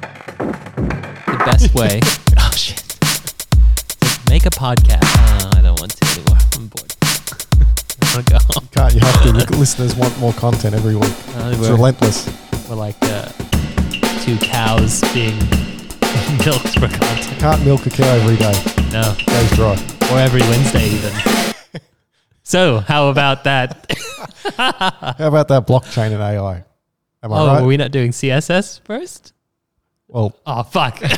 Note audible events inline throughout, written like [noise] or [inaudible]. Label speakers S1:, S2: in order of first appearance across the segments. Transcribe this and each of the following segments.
S1: The best
S2: [laughs]
S1: way. oh shit. To make a podcast. Uh, I don't want to anymore. I'm bored. [laughs] I want to go home.
S2: Can't you have to? The listeners want more content every week.
S1: Uh,
S2: It's
S1: we're-
S2: relentless.
S1: We're like uh, two cows being [laughs] milked for content.
S2: Can't milk a cow every day.
S1: No,
S2: Goes dry.
S1: [laughs] or every Wednesday
S2: [laughs]
S1: even. so how about that?
S2: How about that blockchain and AI? Am I
S1: oh,
S2: right?
S1: were we not doing CSS first?
S2: well,
S1: Oh
S2: [laughs]
S1: fuck. [laughs]
S2: how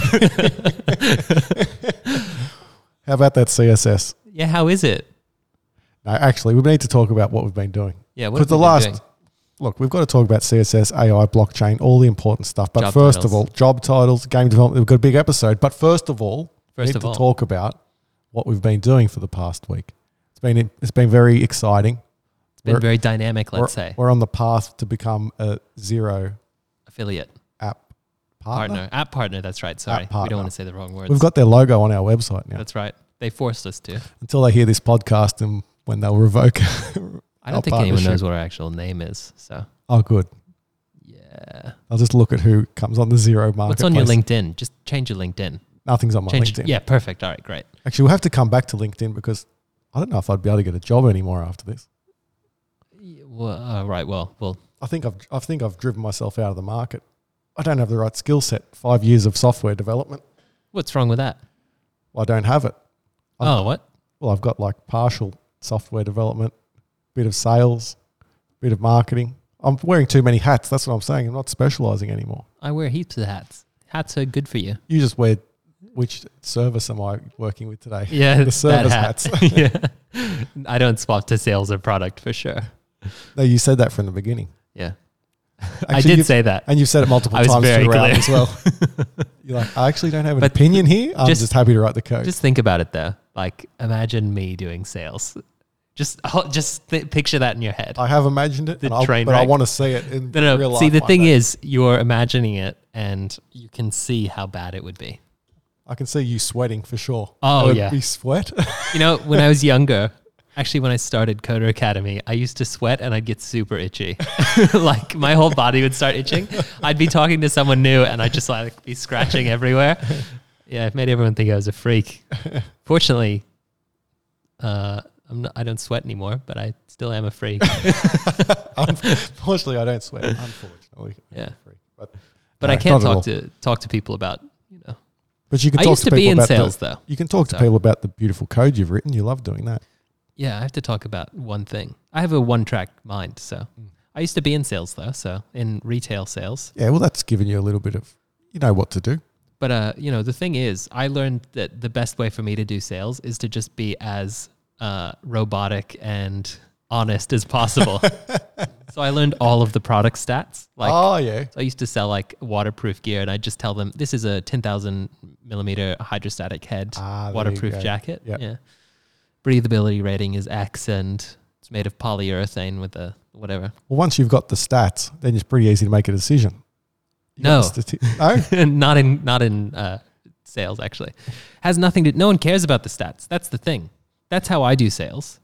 S2: about that CSS?
S1: yeah, how is it?
S2: No, actually, we need to talk about what we've been doing.
S1: Yeah, what
S2: Because
S1: have
S2: the
S1: we been
S2: last,
S1: doing?
S2: look, we've got to talk about CSS, AI, blockchain, all the important stuff. But
S1: Job
S2: first
S1: titles.
S2: of all, job titles, game development, we've got a big episode. But first of all, we
S1: First
S2: need
S1: of
S2: to
S1: all.
S2: talk about what we've been doing for the past week. It's been, it's been very exciting.
S1: It's been
S2: we're-
S1: very dynamic,
S2: we're,
S1: let's say.
S2: we're on the path to become a zero
S1: Affiliate
S2: app partner.
S1: partner. app partner, that's right. Sorry. We
S2: partner.
S1: don't want to say the wrong words.
S2: We've got their logo on our website now.
S1: that's right. They forced us to.
S2: Until they hear this podcast and when they'll revoke.
S1: I don't
S2: Our
S1: think anyone knows
S2: partnership.
S1: what our actual name is. So
S2: [laughs] oh, good.
S1: yeah.
S2: I'll just look at who comes on the zero market.
S1: What's on your LinkedIn? Just change your LinkedIn.
S2: Nothing's on my
S1: Change
S2: LinkedIn.
S1: Yeah, perfect. All right, great.
S2: Actually, we'll have to come back to LinkedIn because I don't know if I'd be able to get a job anymore after this.
S1: Yeah, Well, all right. Well, well,
S2: I think I've I think I've driven myself out of the market. I don't have the right skill set. Five years of software development.
S1: what's wrong with that?
S2: I don't have it. I'm-
S1: Oh, what?
S2: Well, I've got like partial software development, bit of sales, bit of marketing. I'm wearing too many hats. That's what I'm saying. I'm not specializing anymore.
S1: I wear heaps of hats. Hats are good for you.
S2: You just wear which service am I working with today?
S1: Yeah,
S2: [laughs] [laughs] the service hats.
S1: [laughs] yeah, I don't swap to sales or product for sure.
S2: No, you said that from the beginning.
S1: Yeah, [laughs] I
S2: Actually,
S1: did
S2: you've-
S1: say that.
S2: And you've said it multiple
S1: I was
S2: times
S1: very
S2: throughout
S1: clear.
S2: as well.
S1: [laughs]
S2: You're like, I actually don't have an
S1: But
S2: opinion here. I'm just,
S1: just-
S2: happy to write the code.
S1: Just think about it though. Like, imagine me doing sales. Just, oh, just th- picture that in your head.
S2: I have imagined it,
S1: The
S2: and I'll,
S1: train
S2: but I
S1: wreck.
S2: want to see it in
S1: No,
S2: real
S1: no.
S2: life.
S1: See, the
S2: one
S1: thing
S2: day.
S1: is, you're imagining it, and you can see how bad it would be.
S2: I can see you sweating for sure.
S1: Oh,
S2: It would
S1: yeah.
S2: be sweat. [laughs]
S1: You know, when I was younger, actually, when I started Coder Academy, I used to sweat and I'd get super itchy. [laughs] like my whole body would start itching. I'd be talking to someone new and I'd just like be scratching everywhere. Yeah, it made everyone think I was a freak. Fortunately, uh, I'm not, I don't sweat anymore, but I still am a
S2: [laughs]
S1: freak.
S2: Fortunately, I don't sweat. Unfortunately,
S1: Yeah.
S2: But,
S1: But
S2: No,
S1: I can
S2: not at all.
S1: talk to talk to people about you know.
S2: But you can
S1: I
S2: talk
S1: used to
S2: people
S1: be in
S2: about the-
S1: sales though.
S2: you can talk to
S1: so.
S2: people about the beautiful code you've written. You love doing that.
S1: Yeah, I have to talk about one thing. I have a one track mind, so I used to be in sales though, so in retail sales.
S2: Yeah, well, that's given you a little bit of you know what to do.
S1: But uh, you know, the thing is, I learned that the best way for me to do sales is to just be as uh, robotic and honest as possible. so I learned all of the product stats. Like
S2: oh yeah,
S1: so I used to sell like waterproof gear, and I just tell them this is a ten thousand millimeter hydrostatic head
S2: Ah, there you
S1: waterproof
S2: go.
S1: jacket.
S2: Yep.
S1: Yeah, breathability rating is X, and it's made of polyurethane with a whatever. [laughs]
S2: Well, once you've got the stats, then it's pretty easy to make a decision. You
S1: No.
S2: got the stati- [laughs] no.
S1: not in not in uh, sales actually has nothing to no one cares about the stats that's the thing that's how i do sales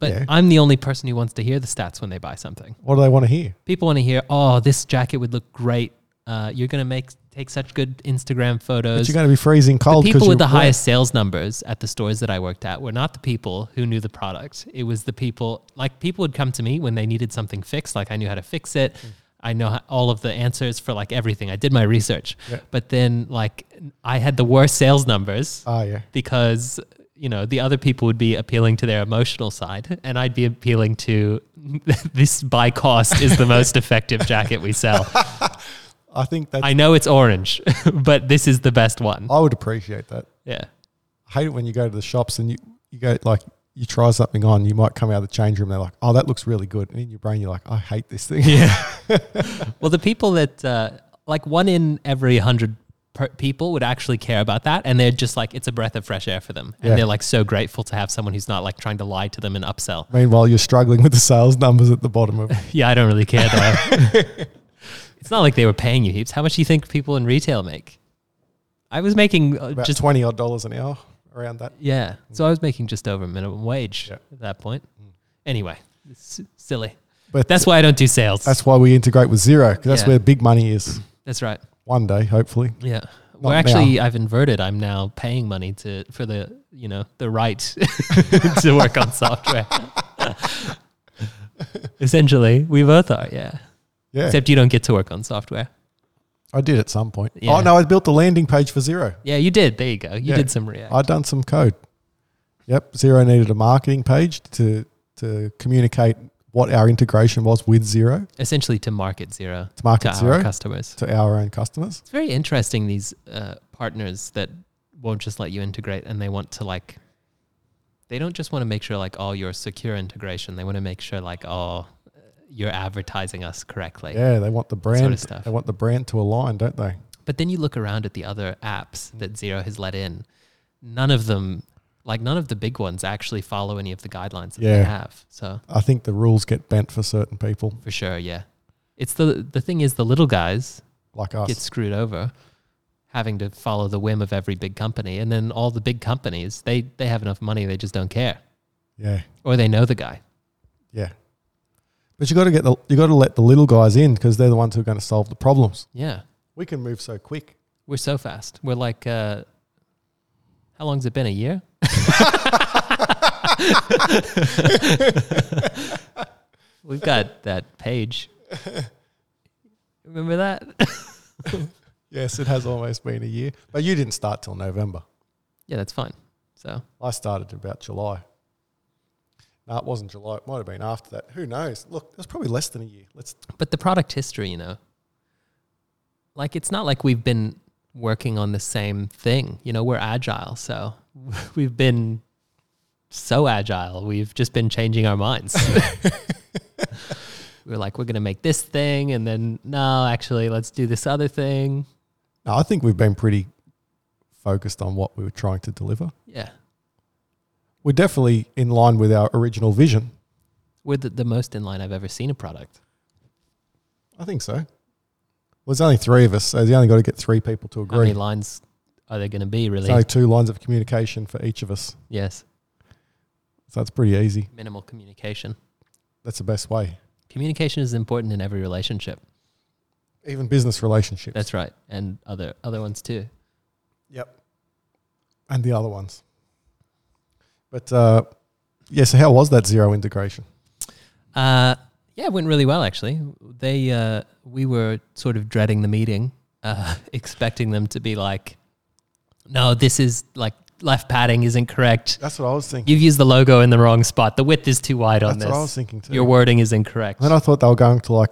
S1: but
S2: Yeah.
S1: i'm the only person who wants to hear the stats when they buy something
S2: What do they want to hear?
S1: people want to hear oh this jacket would look great uh, you're going to make take such good instagram
S2: But
S1: photos
S2: you're going to be freezing
S1: the
S2: cold. Oh, 'cause
S1: people
S2: you're
S1: with the
S2: wet.
S1: highest sales numbers at the stores that I worked at were not the people who knew the product. It was the people like people would come to me when they needed something fixed. Like I knew how to fix it.
S2: Hmm.
S1: I know how, all of the answers for like everything. I did my research.
S2: Yeah.
S1: But then like I had the worst sales numbers
S2: Oh yeah.
S1: because you know the other people would be appealing to their emotional side and i'd be appealing to [laughs] this by cost is the
S2: [laughs]
S1: most effective jacket we sell
S2: I think that I,
S1: i know it's orange [laughs] but this is the best one
S2: would appreciate that.
S1: yeah
S2: I hate it when you go to the shops and you, you go like you try something on. You might come out of the change room. They're like, oh, that looks really good. And in your brain, you're like, I hate this thing.
S1: Yeah. well, the people that uh, like one in every hundred per- people would actually care about that, and they're just like it's a breath of fresh air for them, and
S2: Yeah.
S1: they're like so grateful to have someone who's not like trying to lie to them and upsell. [laughs]
S2: [laughs] Meanwhile, you're struggling with the sales numbers at the bottom of.
S1: Yeah, I don't really care though. it's not like they were paying you heaps. How much do you think people in retail make? I was making uh,
S2: About
S1: just
S2: twenty odd dollars an hour around that.
S1: yeah, so I was making just over minimum wage
S2: Yeah.
S1: at that point. Anyway, It's silly.
S2: But
S1: That's why I don't do sales. That's,
S2: that's why we integrate with zero because that's
S1: Yeah.
S2: where big money is.
S1: right.
S2: One day, hopefully.
S1: Yeah. Well,
S2: now.
S1: actually, I've inverted. I'm now paying money to for the you know the right [laughs] to work on
S2: [laughs]
S1: software. Essentially, we both are. Yeah.
S2: Yeah,
S1: Except you don't get to work on software.
S2: I did at some point.
S1: Yeah.
S2: Oh no, I built the landing page for zero.
S1: Yeah, you did. There you go. You
S2: Yeah.
S1: did some React.
S2: I'd done some code. Yep, zero needed a marketing page to to communicate what our integration was with zero
S1: Essentially, to market zero
S2: to market
S1: to our
S2: zero
S1: customers.
S2: to our own customers.
S1: It's very interesting these uh, partners that won't just let you integrate and they want to like they don't just want to make sure like oh you're secure integration they want to make sure like oh you're advertising us correctly
S2: Yeah, they want the brand.
S1: stuff.
S2: They want the brand to align, don't they?
S1: but then you look around at the other apps that zero has let in none of them like none of the big ones actually follow any of the guidelines that they
S2: Yeah.
S1: have so
S2: I think the rules get bent for certain people
S1: for sure yeah it's the the thing is the little guys
S2: like us.
S1: get screwed over having to follow the whim of every big company and then all the big companies they they have enough money they just don't care
S2: yeah,
S1: or they know the guy
S2: yeah. But you got to get the you got to let the little guys in because they're the ones who are going to solve the problems.
S1: yeah
S2: We can move so quick.
S1: we're so fast we're like uh how long's it been a year [laughs] we've got that page remember that
S2: Yes, it has almost been a year, but you didn't start till November.
S1: yeah that's fine so
S2: I started about July. No, it wasn't July. It might have been after that. Who knows? Look, it's probably less than a year. Let's.
S1: But the product history, you know, like it's not like we've been working on the same thing. You know, we're agile. So [laughs] we've been so agile. We've just been changing our minds. [laughs] we're like, we're going to make this thing. And then, no, actually, let's do this other thing.
S2: No, I think we've been pretty focused on what we were trying to deliver.
S1: Yeah.
S2: We're definitely in line with our original vision.
S1: We're the, the most in line I've ever seen a product.
S2: I think so. Well, there's only three of us, so you only got to get three people to
S1: How
S2: agree.
S1: many lines are there going to be, really?
S2: There's only two lines of communication for each of us,
S1: yes.
S2: so that's pretty easy.
S1: Minimal communication.
S2: That's the best way.
S1: Communication is important in every relationship.
S2: Even business relationships.
S1: That's right. And other other ones too.
S2: Yep. And the other ones. But uh, yeah, so how was that zero integration?
S1: Uh, yeah, it went really well actually. They uh, we were sort of dreading the meeting, uh, [laughs] expecting them to be like, "No, this is like left padding isn't correct.
S2: That's what I was thinking.
S1: You've used the logo in the wrong spot. The width is too wide on
S2: That's what I was
S1: this.
S2: thinking too.
S1: Your wording is incorrect."
S2: then I thought they were going to like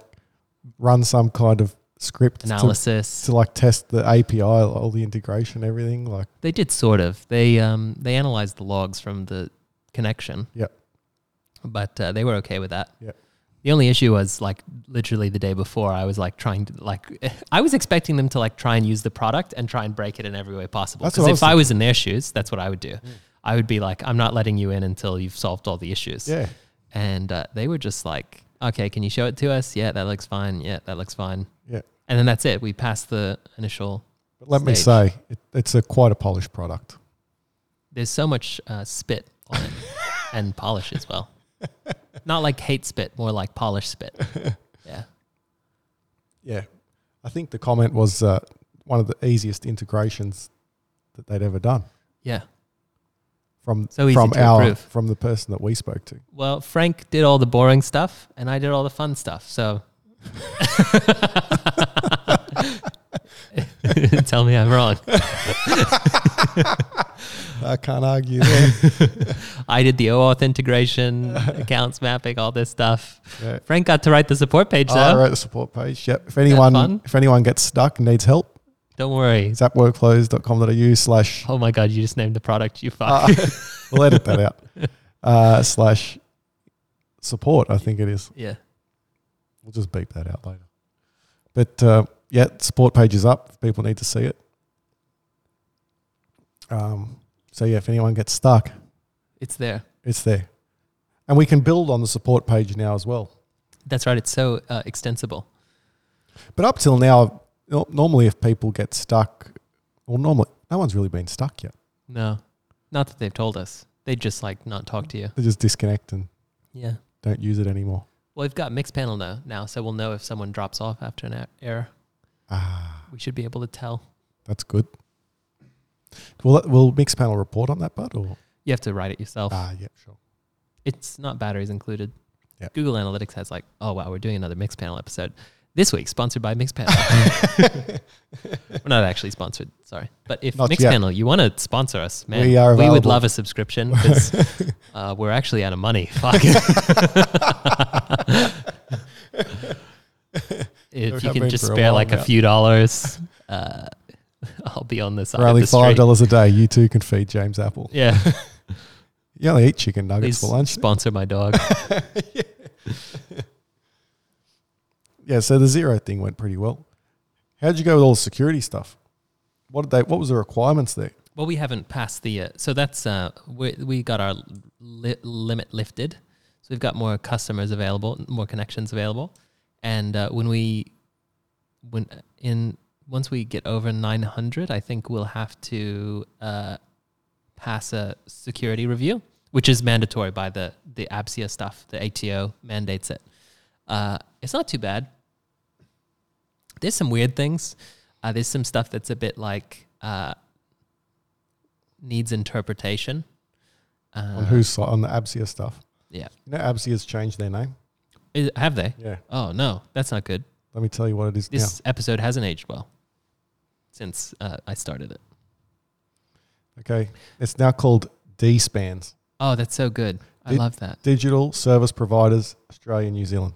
S2: run some kind of script to,
S1: Analysis.
S2: to like test the API, all the integration, everything. Like,
S1: They did sort of. They um they analyzed the logs from the connection.
S2: Yep.
S1: But uh, they were okay with that.
S2: Yep.
S1: The only issue was like literally the day before I was like trying to like [laughs] I was expecting them to like try and use the product and try and break it in every way possible.
S2: That's
S1: Because
S2: what I
S1: if I
S2: was Mm.
S1: was in their shoes, that's what I would do. I would be like, I'm not letting you in until you've solved all the issues.
S2: yeah,
S1: And uh, they were just like, okay, can you show it to us? Yeah, that looks fine. Yeah, that looks fine.
S2: yeah.
S1: And then that's it. We passed the initial
S2: But let me
S1: Stage.
S2: say, it, it's a quite a polished product.
S1: there's so much uh, spit on it and polish as well. Not like hate spit, more like polish spit. Yeah.
S2: Yeah. I think the comment was uh, one of the easiest integrations that they'd ever done
S1: Yeah.
S2: from
S1: So easy
S2: from
S1: to
S2: our
S1: approve.
S2: from the person that we spoke to.
S1: Well, Frank did all the boring stuff and I did all the fun stuff. So [laughs] tell me I'm wrong.
S2: I can't argue
S1: [laughs]
S2: there.
S1: I did the OAuth integration, accounts mapping, all this stuff.
S2: Yeah.
S1: Frank got to write the support page
S2: I
S1: though.
S2: wrote the support page. Yep. If anyone
S1: fun?
S2: if anyone gets stuck and needs help,
S1: Don't worry.
S2: it's at workflows.com.au slash
S1: Oh my God, you just named the product. You fuck.
S2: uh, we'll edit that out. Uh, slash support, I think it is.
S1: yeah.
S2: We'll just beep that out later. But uh, yeah, support page is up. If people need to see it. Um, so yeah, if anyone gets stuck,
S1: It's there.
S2: it's there, and we can build on the support page now as well.
S1: That's right. It's so uh, extensible.
S2: But up till now, no- normally if people get stuck, well, normally no one's really been stuck yet.
S1: No, not that they've told us. They just like not talk to you.
S2: They just disconnect and
S1: Yeah,
S2: don't use it anymore.
S1: Well, we've got mixed panel now, now, so we'll know if someone drops off after an e- error.
S2: Ah,
S1: We should be able to tell.
S2: that's good. Will that, will Mixpanel report on that, bud? Or
S1: You have to write it yourself.
S2: ah, yeah, sure.
S1: It's not batteries included.
S2: Yeah.
S1: Google Analytics has like, oh wow, we're doing another mixed panel episode this week, sponsored by Mixed
S2: [laughs]
S1: Panel. we're not actually sponsored, sorry. But if
S2: Not
S1: Mixed
S2: yet.
S1: Panel, you want to sponsor us, man,
S2: We are
S1: would
S2: available.
S1: love a subscription
S2: [laughs]
S1: because uh, we're actually out of money. Fuck. if you
S2: have
S1: can
S2: been
S1: just
S2: for a
S1: spare
S2: while
S1: like a
S2: now.
S1: few dollars, uh, [laughs] I'll be on the side
S2: For only
S1: of the street.
S2: five dollars a day, you too can feed James Apple.
S1: Yeah,
S2: You only eat chicken nuggets
S1: please
S2: for lunch.
S1: sponsor my dog.
S2: Yeah, so the zero thing went pretty well. How would you go with all the security stuff? What did they? What was the requirements there?
S1: Well, we haven't passed the. Uh, so that's uh, we we got our li- limit lifted, so we've got more customers available, more connections available, and uh, when we when in once we get over nine hundred, I think we'll have to uh, pass a security review, which is mandatory by the the ABSIA stuff. The ATO mandates it. Uh, it's not too bad. There's some weird things. Uh, there's some stuff that's a bit like. Uh, needs interpretation. Uh,
S2: on whose side? On the Absia stuff.
S1: Yeah.
S2: You know, Absia's changed their name.
S1: Is- have they?
S2: Yeah.
S1: Oh no, that's not good.
S2: Let me tell you what it is
S1: This episode hasn't aged well since uh, I started it.
S2: now. Okay. It's now called D Spans,
S1: Oh, that's so good. I
S2: Did-
S1: love that.
S2: Digital Service Providers Australia New Zealand.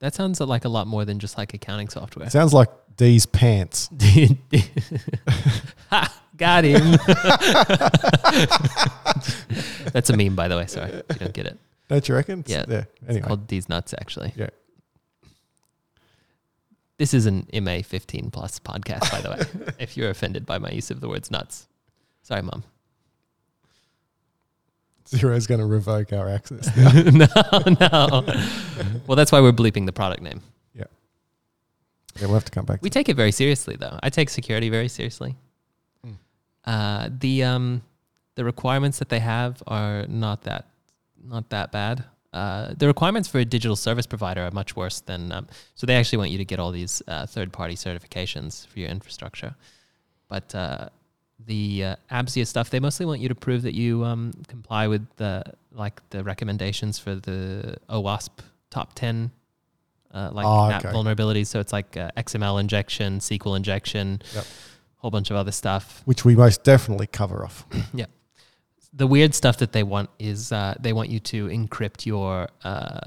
S1: That sounds like a lot more than just like accounting software.
S2: It sounds like D's
S1: [laughs]
S2: pants.
S1: ha, got him. [laughs] that's a meme, by the way. Sorry, if you don't get it.
S2: Don't you reckon?
S1: Yeah.
S2: Yeah.
S1: It's
S2: Anyway.
S1: called These Nuts, actually.
S2: Yeah.
S1: This is an MA 15 plus podcast, by the way, [laughs] if you're offended by my use of the words nuts. Sorry, mom.
S2: Zero's going to revoke our access.
S1: [laughs] no, no. well, that's why we're bleeping the product name.
S2: yeah, we'll have to come back.
S1: We
S2: To
S1: take it very seriously, though. I take security very seriously.
S2: Mm.
S1: Uh, the um, the requirements that they have are not that not that bad. Uh, the requirements for a digital service provider are much worse than um, so they actually want you to get all these uh, third party certifications for your infrastructure, but uh, the uh, ABSIA stuff they mostly want you to prove that you um, comply with the like the recommendations for the OWASP top ten. Uh, like
S2: Ah,
S1: that
S2: okay.
S1: vulnerabilities, so it's like uh, XML injection, SQL injection,
S2: Yep.
S1: whole bunch of other stuff.
S2: which we most definitely cover off.
S1: The weird stuff that they want is uh, they want you to encrypt your uh,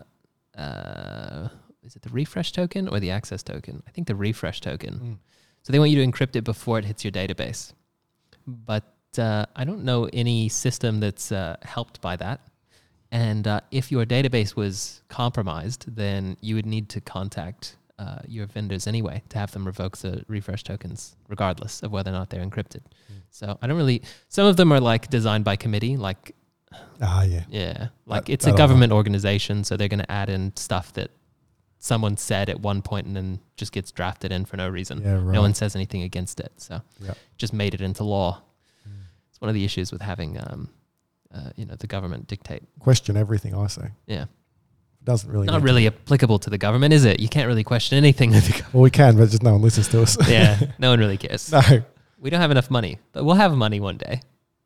S1: uh, is it the refresh token or the access token? I think the refresh token.
S2: Mm.
S1: So they want you to encrypt it before it hits your database. But uh, I don't know any system that's uh, helped by that. And uh, if your database was compromised, then you would need to contact uh, your vendors anyway to have them revoke the refresh tokens, regardless of whether or not they're encrypted.
S2: Mm.
S1: So I don't really. Some of them are like designed by committee, like
S2: Ah, yeah.
S1: yeah, like
S2: That-
S1: it's
S2: that I
S1: a
S2: like.
S1: government organization, so they're going to add in stuff that someone said at one point and then just gets drafted in for no reason.
S2: Yeah, right.
S1: No one says anything against it, so
S2: Yep.
S1: just made it into law.
S2: Mm.
S1: It's one of the issues with having, um, uh, you know, the government dictate.
S2: Question everything I say.
S1: Yeah,
S2: Doesn't really
S1: not
S2: need
S1: really applicable to the government, is it? You can't really question anything.
S2: [laughs]
S1: With the
S2: to.
S1: government.
S2: Well, we can, but just no one listens
S1: [laughs]
S2: to us. [laughs]
S1: yeah, no one really cares.
S2: no.
S1: We don't have enough money, but we'll have money one day,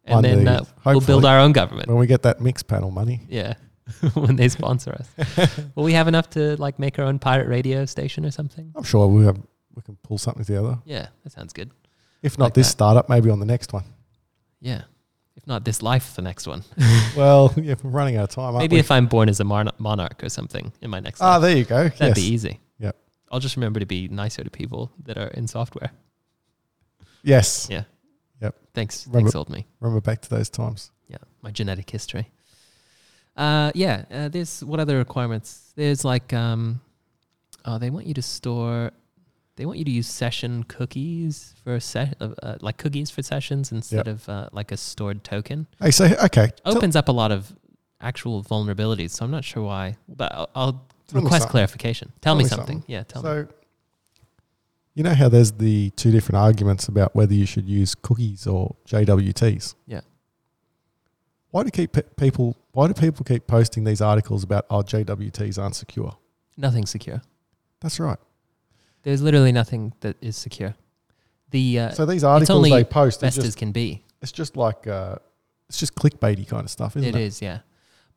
S1: and
S2: One
S1: then
S2: day,
S1: uh, we'll build
S2: hopefully.
S1: our own government.
S2: When we get that mix panel money.
S1: Yeah. [laughs] when they sponsor us.
S2: [laughs]
S1: Will we have enough to like make our own pirate radio station or something?
S2: I'm sure we have we can pull something together.
S1: Yeah, that sounds good.
S2: If not
S1: Like
S2: this
S1: that.
S2: startup, maybe on the next
S1: [laughs]
S2: one.
S1: Yeah. If not this life, the next one.
S2: well, [laughs] yeah, we're running out of time. Aren't
S1: Maybe
S2: we?
S1: if I'm born as a mon- monarch or something in my next
S2: ah,
S1: life.
S2: there you go.
S1: That'd
S2: yes.
S1: be easy.
S2: Yep.
S1: I'll just remember to be nicer to people that are in software.
S2: yes.
S1: Yeah. Thanks.
S2: Remember-
S1: Thanks, old me.
S2: Remember back to those times.
S1: Yeah, my genetic history. Uh, yeah, uh, there's what other requirements? There's like, um, oh, they want you to store, they want you to use session cookies for se- uh, uh, like cookies for sessions instead of uh, like a stored token.
S2: Hey, so okay. tell-
S1: Opens up a lot of actual vulnerabilities, so I'm not sure why, but I'll, I'll
S2: Tell me
S1: request
S2: something.
S1: clarification. Tell, me, something.
S2: something.
S1: Yeah, tell me.
S2: so you know how there's the two different arguments about whether you should use cookies or JWTs.
S1: Yeah.
S2: Why do you keep pe- people Why do people keep posting these articles about, oh, JWTs aren't secure?
S1: Nothing secure.
S2: That's right.
S1: There's literally nothing that is secure. The uh,
S2: So these articles
S1: only
S2: they post, are
S1: best as
S2: just,
S1: can be.
S2: it's just like, uh, it's just clickbaity kind of stuff, isn't it?
S1: It is, yeah.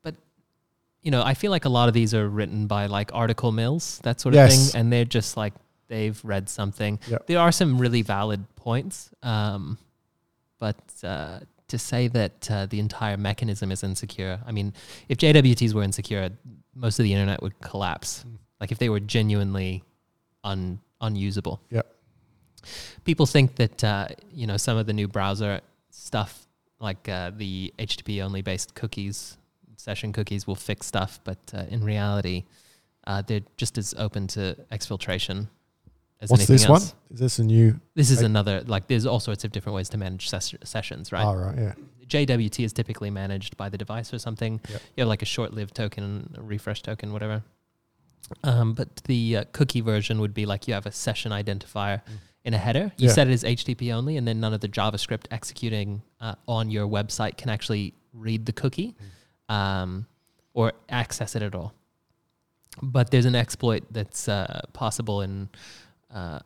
S1: But you know, I feel like a lot of these are written by like article mills, that sort of
S2: Yes.
S1: thing, and they're just like they've read something.
S2: Yep.
S1: There are some really valid points, um, but uh, to say that uh, the entire mechanism is insecure, I mean, if JWTs were insecure, most of the internet would collapse. Like if they were genuinely un unusable.
S2: Yep.
S1: People think that uh, you know some of the new browser stuff, like uh, the HTTP only based cookies, session cookies, will fix stuff, but uh, in reality, uh, they're just as open to exfiltration as
S2: What's
S1: anything
S2: this
S1: else.
S2: one? Is this a new?
S1: This is
S2: Like-
S1: another like. There's all sorts of different ways to manage ses- sessions, right?
S2: Oh, right. Yeah.
S1: JWT is typically managed by the device or something.
S2: Yep.
S1: You have like a short-lived token, a refresh token, whatever. Um, but the uh, cookie version would be like you have a session identifier in a header. You
S2: Mm. Yeah.
S1: set it as HTTP only, and then none of the JavaScript executing uh, on your website can actually read the cookie
S2: Mm.
S1: um, or access it at all. But there's an exploit that's uh, possible in uh,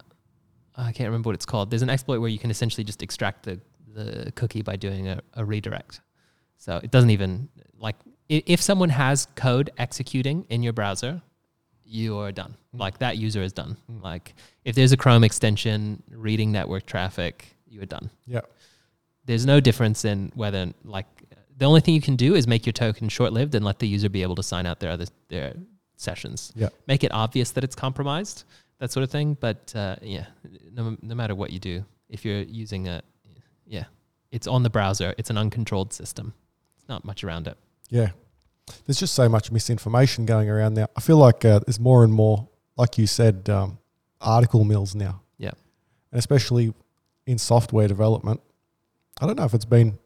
S1: I can't remember what it's called. There's an exploit where you can essentially just extract the, the cookie by doing a, a redirect. So it doesn't even like i- if someone has code executing in your browser, you are done.
S2: Mm.
S1: Like that user is done. Like if there's a Chrome extension reading network traffic, you are done.
S2: Yeah.
S1: There's no difference in whether like the only thing you can do is make your token short-lived and let the user be able to sign out their other their sessions
S2: Yeah.
S1: make it obvious that it's compromised, that sort of thing. But uh, yeah, no, no matter what you do, if you're using a, yeah, it's on the browser. It's an uncontrolled system. It's not much around it.
S2: Yeah. There's just so much misinformation going around now. I feel like uh, there's more and more, like you said, um, article mills now.
S1: Yeah.
S2: And especially in software development. I don't know if it's been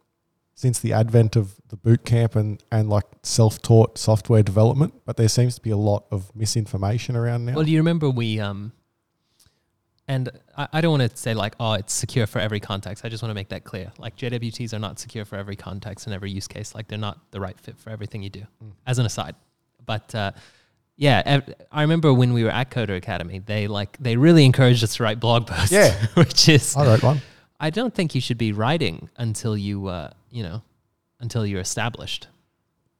S2: since the advent of the boot camp and, and like self taught software development, but there seems to be a lot of misinformation around now.
S1: Well, do you remember we, um, and I, I don't want to say like, oh, it's secure for every context. I just want to make that clear. Like JWTs are not secure for every context and every use case. Like they're not the right fit for everything you do.
S2: Mm.
S1: As an aside, but uh, yeah, ev- I remember when we were at Coder Academy, they like they really encouraged us to write blog posts.
S2: Yeah.
S1: [laughs] which is
S2: I wrote one.
S1: I don't think you should be writing until you, uh, you know, until you're established.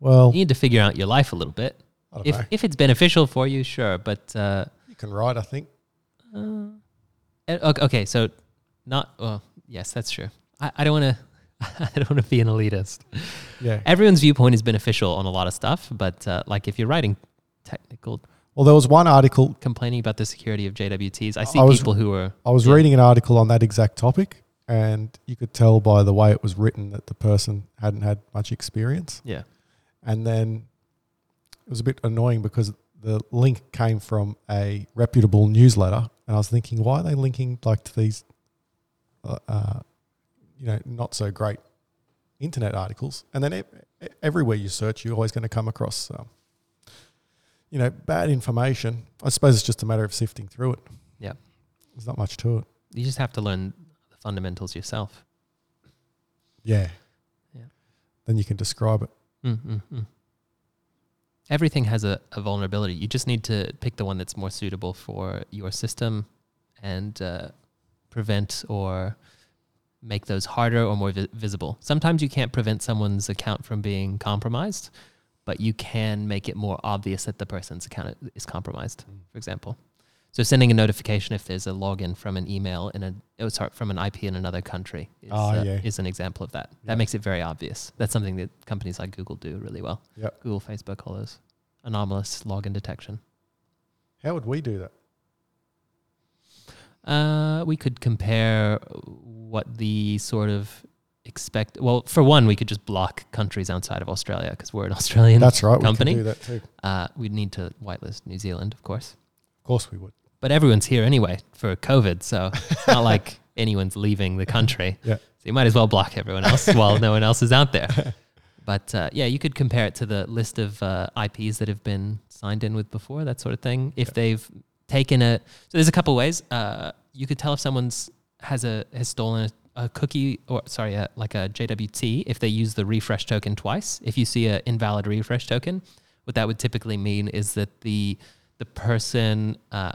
S2: Well,
S1: You need to figure out your life a little bit.
S2: I don't
S1: If
S2: know.
S1: if it's beneficial for you, sure. But uh,
S2: You can write, I think.
S1: uh, eh, okay, okay, so not. Well, yes, that's true. I, I don't want to. [laughs] I don't want to be an elitist.
S2: Yeah.
S1: Everyone's viewpoint is beneficial on a lot of stuff, but uh, like if you're writing technical,
S2: Well, there was one article
S1: complaining about the security of JWTs, I
S2: I
S1: see
S2: was-
S1: people who are
S2: I was
S1: Yeah.
S2: reading an article on that exact topic, and you could tell by the way it was written that the person hadn't had much experience.
S1: yeah.
S2: And then it was a bit annoying because the link came from a reputable newsletter, and I was thinking, why are they linking like to these, uh, uh, you know, not so great internet articles? And then ev- e- everywhere you search, you're always going to come across, um, you know, bad information. I suppose it's just a matter of sifting through it.
S1: Yeah.
S2: there's not much to it.
S1: You just have to learn the fundamentals yourself.
S2: Yeah.
S1: Yeah.
S2: Then you can describe it.
S1: Mm, mm, mm. Everything has a, a vulnerability. You just need to pick the one that's more suitable for your system and uh, prevent or make those harder or more vi- visible. Sometimes you can't prevent someone's account from being compromised, but you can make it more obvious that the person's account i- is compromised,
S2: Mm.
S1: for example. So sending a notification if there's a login from an email in a oh, sorry, from an IP in another country is, uh,
S2: Ah, yeah.
S1: is an example of that. That
S2: Yeah.
S1: makes it very obvious. That's something that companies like Google do really well.
S2: Yep.
S1: Google, Facebook, all those anomalous login detection.
S2: How would we do that?
S1: Uh, we could compare what the sort of expect. Well, for one, we could just block countries outside of Australia because we're an [laughs] Australian.
S2: That's right.
S1: company?
S2: We can do that too. Of
S1: uh, we'd need to whitelist New Zealand, of course.
S2: course we would.
S1: But everyone's here anyway for COVID, so it's
S2: [laughs]
S1: not like anyone's leaving the country.
S2: Yeah.
S1: So you might as well block everyone else
S2: [laughs]
S1: while no one else is out there. But uh, yeah, you could compare it to the list of uh, IPs that have been signed in with before, that sort of thing. If
S2: Yeah.
S1: they've taken a, so there's a couple ways. Uh, you could tell if someone's has a has stolen a, a cookie or sorry, a, like a JWT if they use the refresh token twice. If you see an invalid refresh token, what that would typically mean is that the the person uh,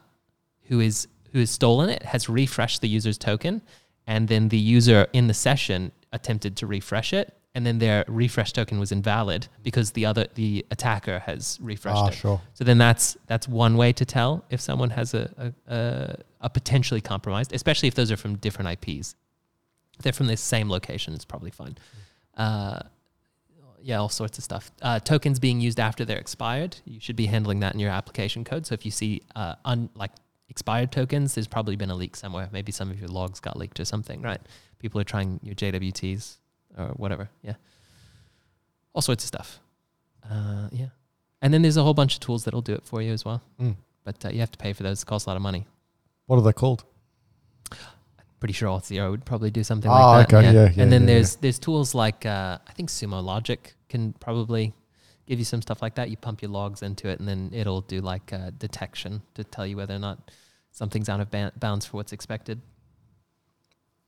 S1: who is who has stolen it has refreshed the user's token, and then the user in the session attempted to refresh it, and then their refresh token was invalid because the other the attacker has refreshed
S2: Ah,
S1: it.
S2: sure.
S1: So then that's that's one way to tell if someone has a a, a a potentially compromised, especially if those are from different IPs. If they're from the same location, it's probably fine. Uh, yeah, all sorts of stuff. Uh, tokens being used after they're expired, you should be handling that in your application code. So if you see uh, un, like expired tokens, there's probably been a leak somewhere. Maybe some of your logs got leaked or something, right? People are trying your JWTs or whatever. Yeah, all sorts of stuff. Uh, yeah, and then there's a whole bunch of tools that'll do it for you as well.
S2: Mm.
S1: But uh, you have to pay for those. It costs a lot of money.
S2: What are they called?
S1: Pretty sure Auth0 would probably do something
S2: Ah,
S1: like that.
S2: okay. Yeah, yeah,
S1: and then
S2: yeah,
S1: there's there's tools like uh, I think Sumo Logic can probably give you some stuff like that. You pump your logs into it, and then it'll do like uh, detection to tell you whether or not something's out of ban- bounds for what's expected.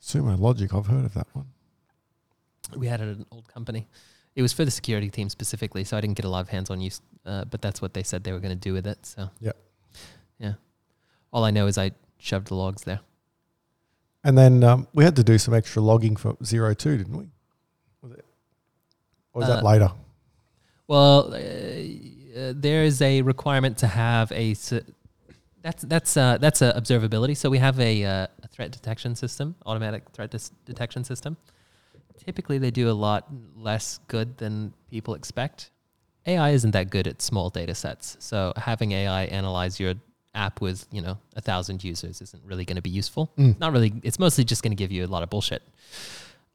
S2: Sumo Logic. I've heard of that one.
S1: We had it at an old company. It was for the security team specifically, so I didn't get a lot of hands-on use, uh, but that's what they said they were going to do with it. So
S2: Yeah.
S1: yeah. All I know is I shoved the logs there.
S2: And then um, we had to do some extra logging for zero two, didn't we? Was it? Or was that
S1: Uh,
S2: later?
S1: Well, uh, uh, there is a requirement to have a. s- That's that's uh, that's a observability. So we have a, uh, a threat detection system, automatic threat dis- detection system. Typically, they do a lot less good than people expect. AI isn't that good at small data sets, so having AI analyze your app with you know a thousand users isn't really going to be useful.
S2: Mm.
S1: Not really. It's mostly just going to give you a lot of bullshit.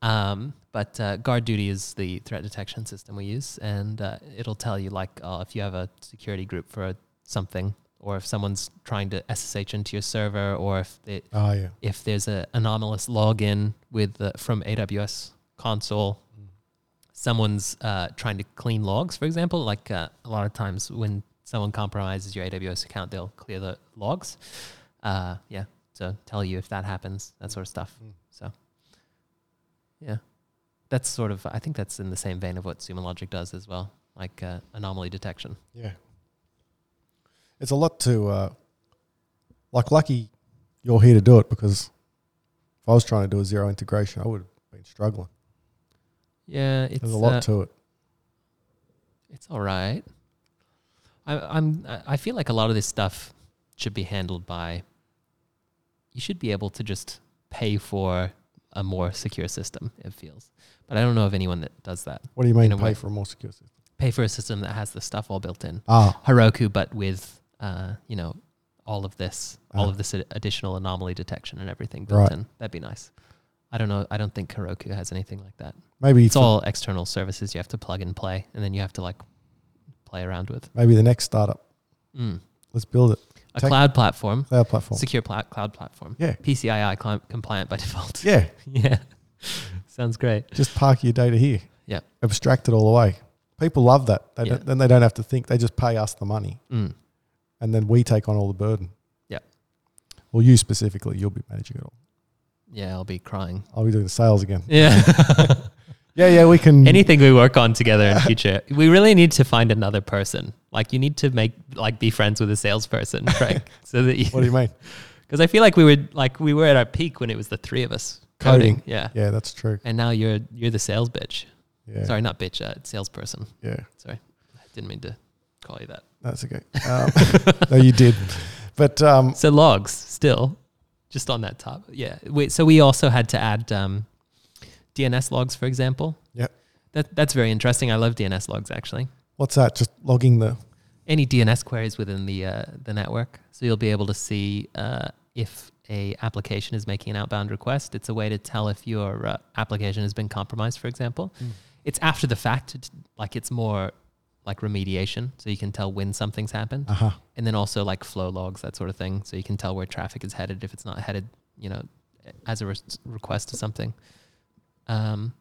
S1: Um, but uh, guard duty is the threat detection system we use, and uh, it'll tell you like uh, if you have a security group for a, something, or if someone's trying to SSH into your server, or if they,
S2: Oh yeah.
S1: if there's an anomalous login with uh, from AWS console, someone's uh, trying to clean logs, for example. Like uh, a lot of times when someone compromises your AWS account, they'll clear the logs. Uh, yeah, so tell you if that happens, that sort of stuff.
S2: Mm.
S1: So, yeah, that's sort of I think that's in the same vein of what Sumo Logic does as well, like uh, anomaly detection.
S2: Yeah. It's a lot to uh, like lucky you're here to do it because if I was trying to do a zero integration, I would have been struggling.
S1: Yeah, it's
S2: There's a
S1: uh,
S2: lot to it.
S1: It's all right. I, I'm. I I feel like a lot of this stuff should be handled by. You should be able to just pay for a more secure system. It feels, but I don't know of anyone that does that.
S2: What do you mean
S1: in a
S2: pay
S1: way-
S2: for a more secure system?
S1: Pay for a system that has the stuff all built in
S2: Ah,
S1: Heroku, but with uh, you know, all of this, all
S2: Ah.
S1: of this ad- additional anomaly detection and everything built
S2: Right.
S1: in. That'd be nice. I don't know. I don't think Heroku has anything like that.
S2: maybe
S1: It's
S2: for-
S1: all external services you have to plug and play, and then you have to like play around with.
S2: maybe the next startup.
S1: Mm.
S2: Let's build it.
S1: A
S2: Tech-
S1: cloud platform,
S2: Cloud platform.
S1: secure pla- cloud platform,
S2: yeah.
S1: PCII cli- compliant by [laughs] default.
S2: Yeah.
S1: yeah, sounds great.
S2: Just park your data here.
S1: Yeah.
S2: Abstract it all away. People love that. They
S1: Yeah.
S2: don't, then they don't have to think. They just pay us the money.
S1: Mm.
S2: and then we take on all the burden.
S1: Yeah.
S2: Well, you specifically, you'll be managing it all.
S1: Yeah, I'll be crying.
S2: I'll be doing the sales again.
S1: [laughs] Yeah, [laughs]
S2: Yeah, yeah, we can.
S1: anything we work on together in [laughs] future, we really need to find another person. Like you need to make like be friends with a [laughs] salesperson, right? so that [laughs]
S2: What do
S1: you
S2: you mean?
S1: because I feel like we were like we were at our peak when it was the three of us coding.
S2: Coding.
S1: Yeah.
S2: Yeah, that's true.
S1: and now you're you're the sales bitch.
S2: Yeah.
S1: Sorry, not bitch, uh, salesperson.
S2: Yeah,
S1: Sorry, I didn't mean to call you that.
S2: that's okay. Um, [laughs] no, you did. But um,
S1: So logs still, just on that top. Yeah. Wait, so we also had to add um, DNS logs, for example.
S2: Yep.
S1: That that's very interesting. I love DNS logs actually.
S2: what's that? Just logging the.
S1: Any DNS queries within the uh, the network, so you'll be able to see uh, if a application is making an outbound request. It's a way to tell if your uh, application has been compromised, for example.
S2: Mm.
S1: It's after the fact, it's- like it's more like remediation, so you can tell when something's happened
S2: Uh huh.
S1: and then also like flow logs that sort of thing so you can tell where traffic is headed if it's not headed you know as a re- request to something um,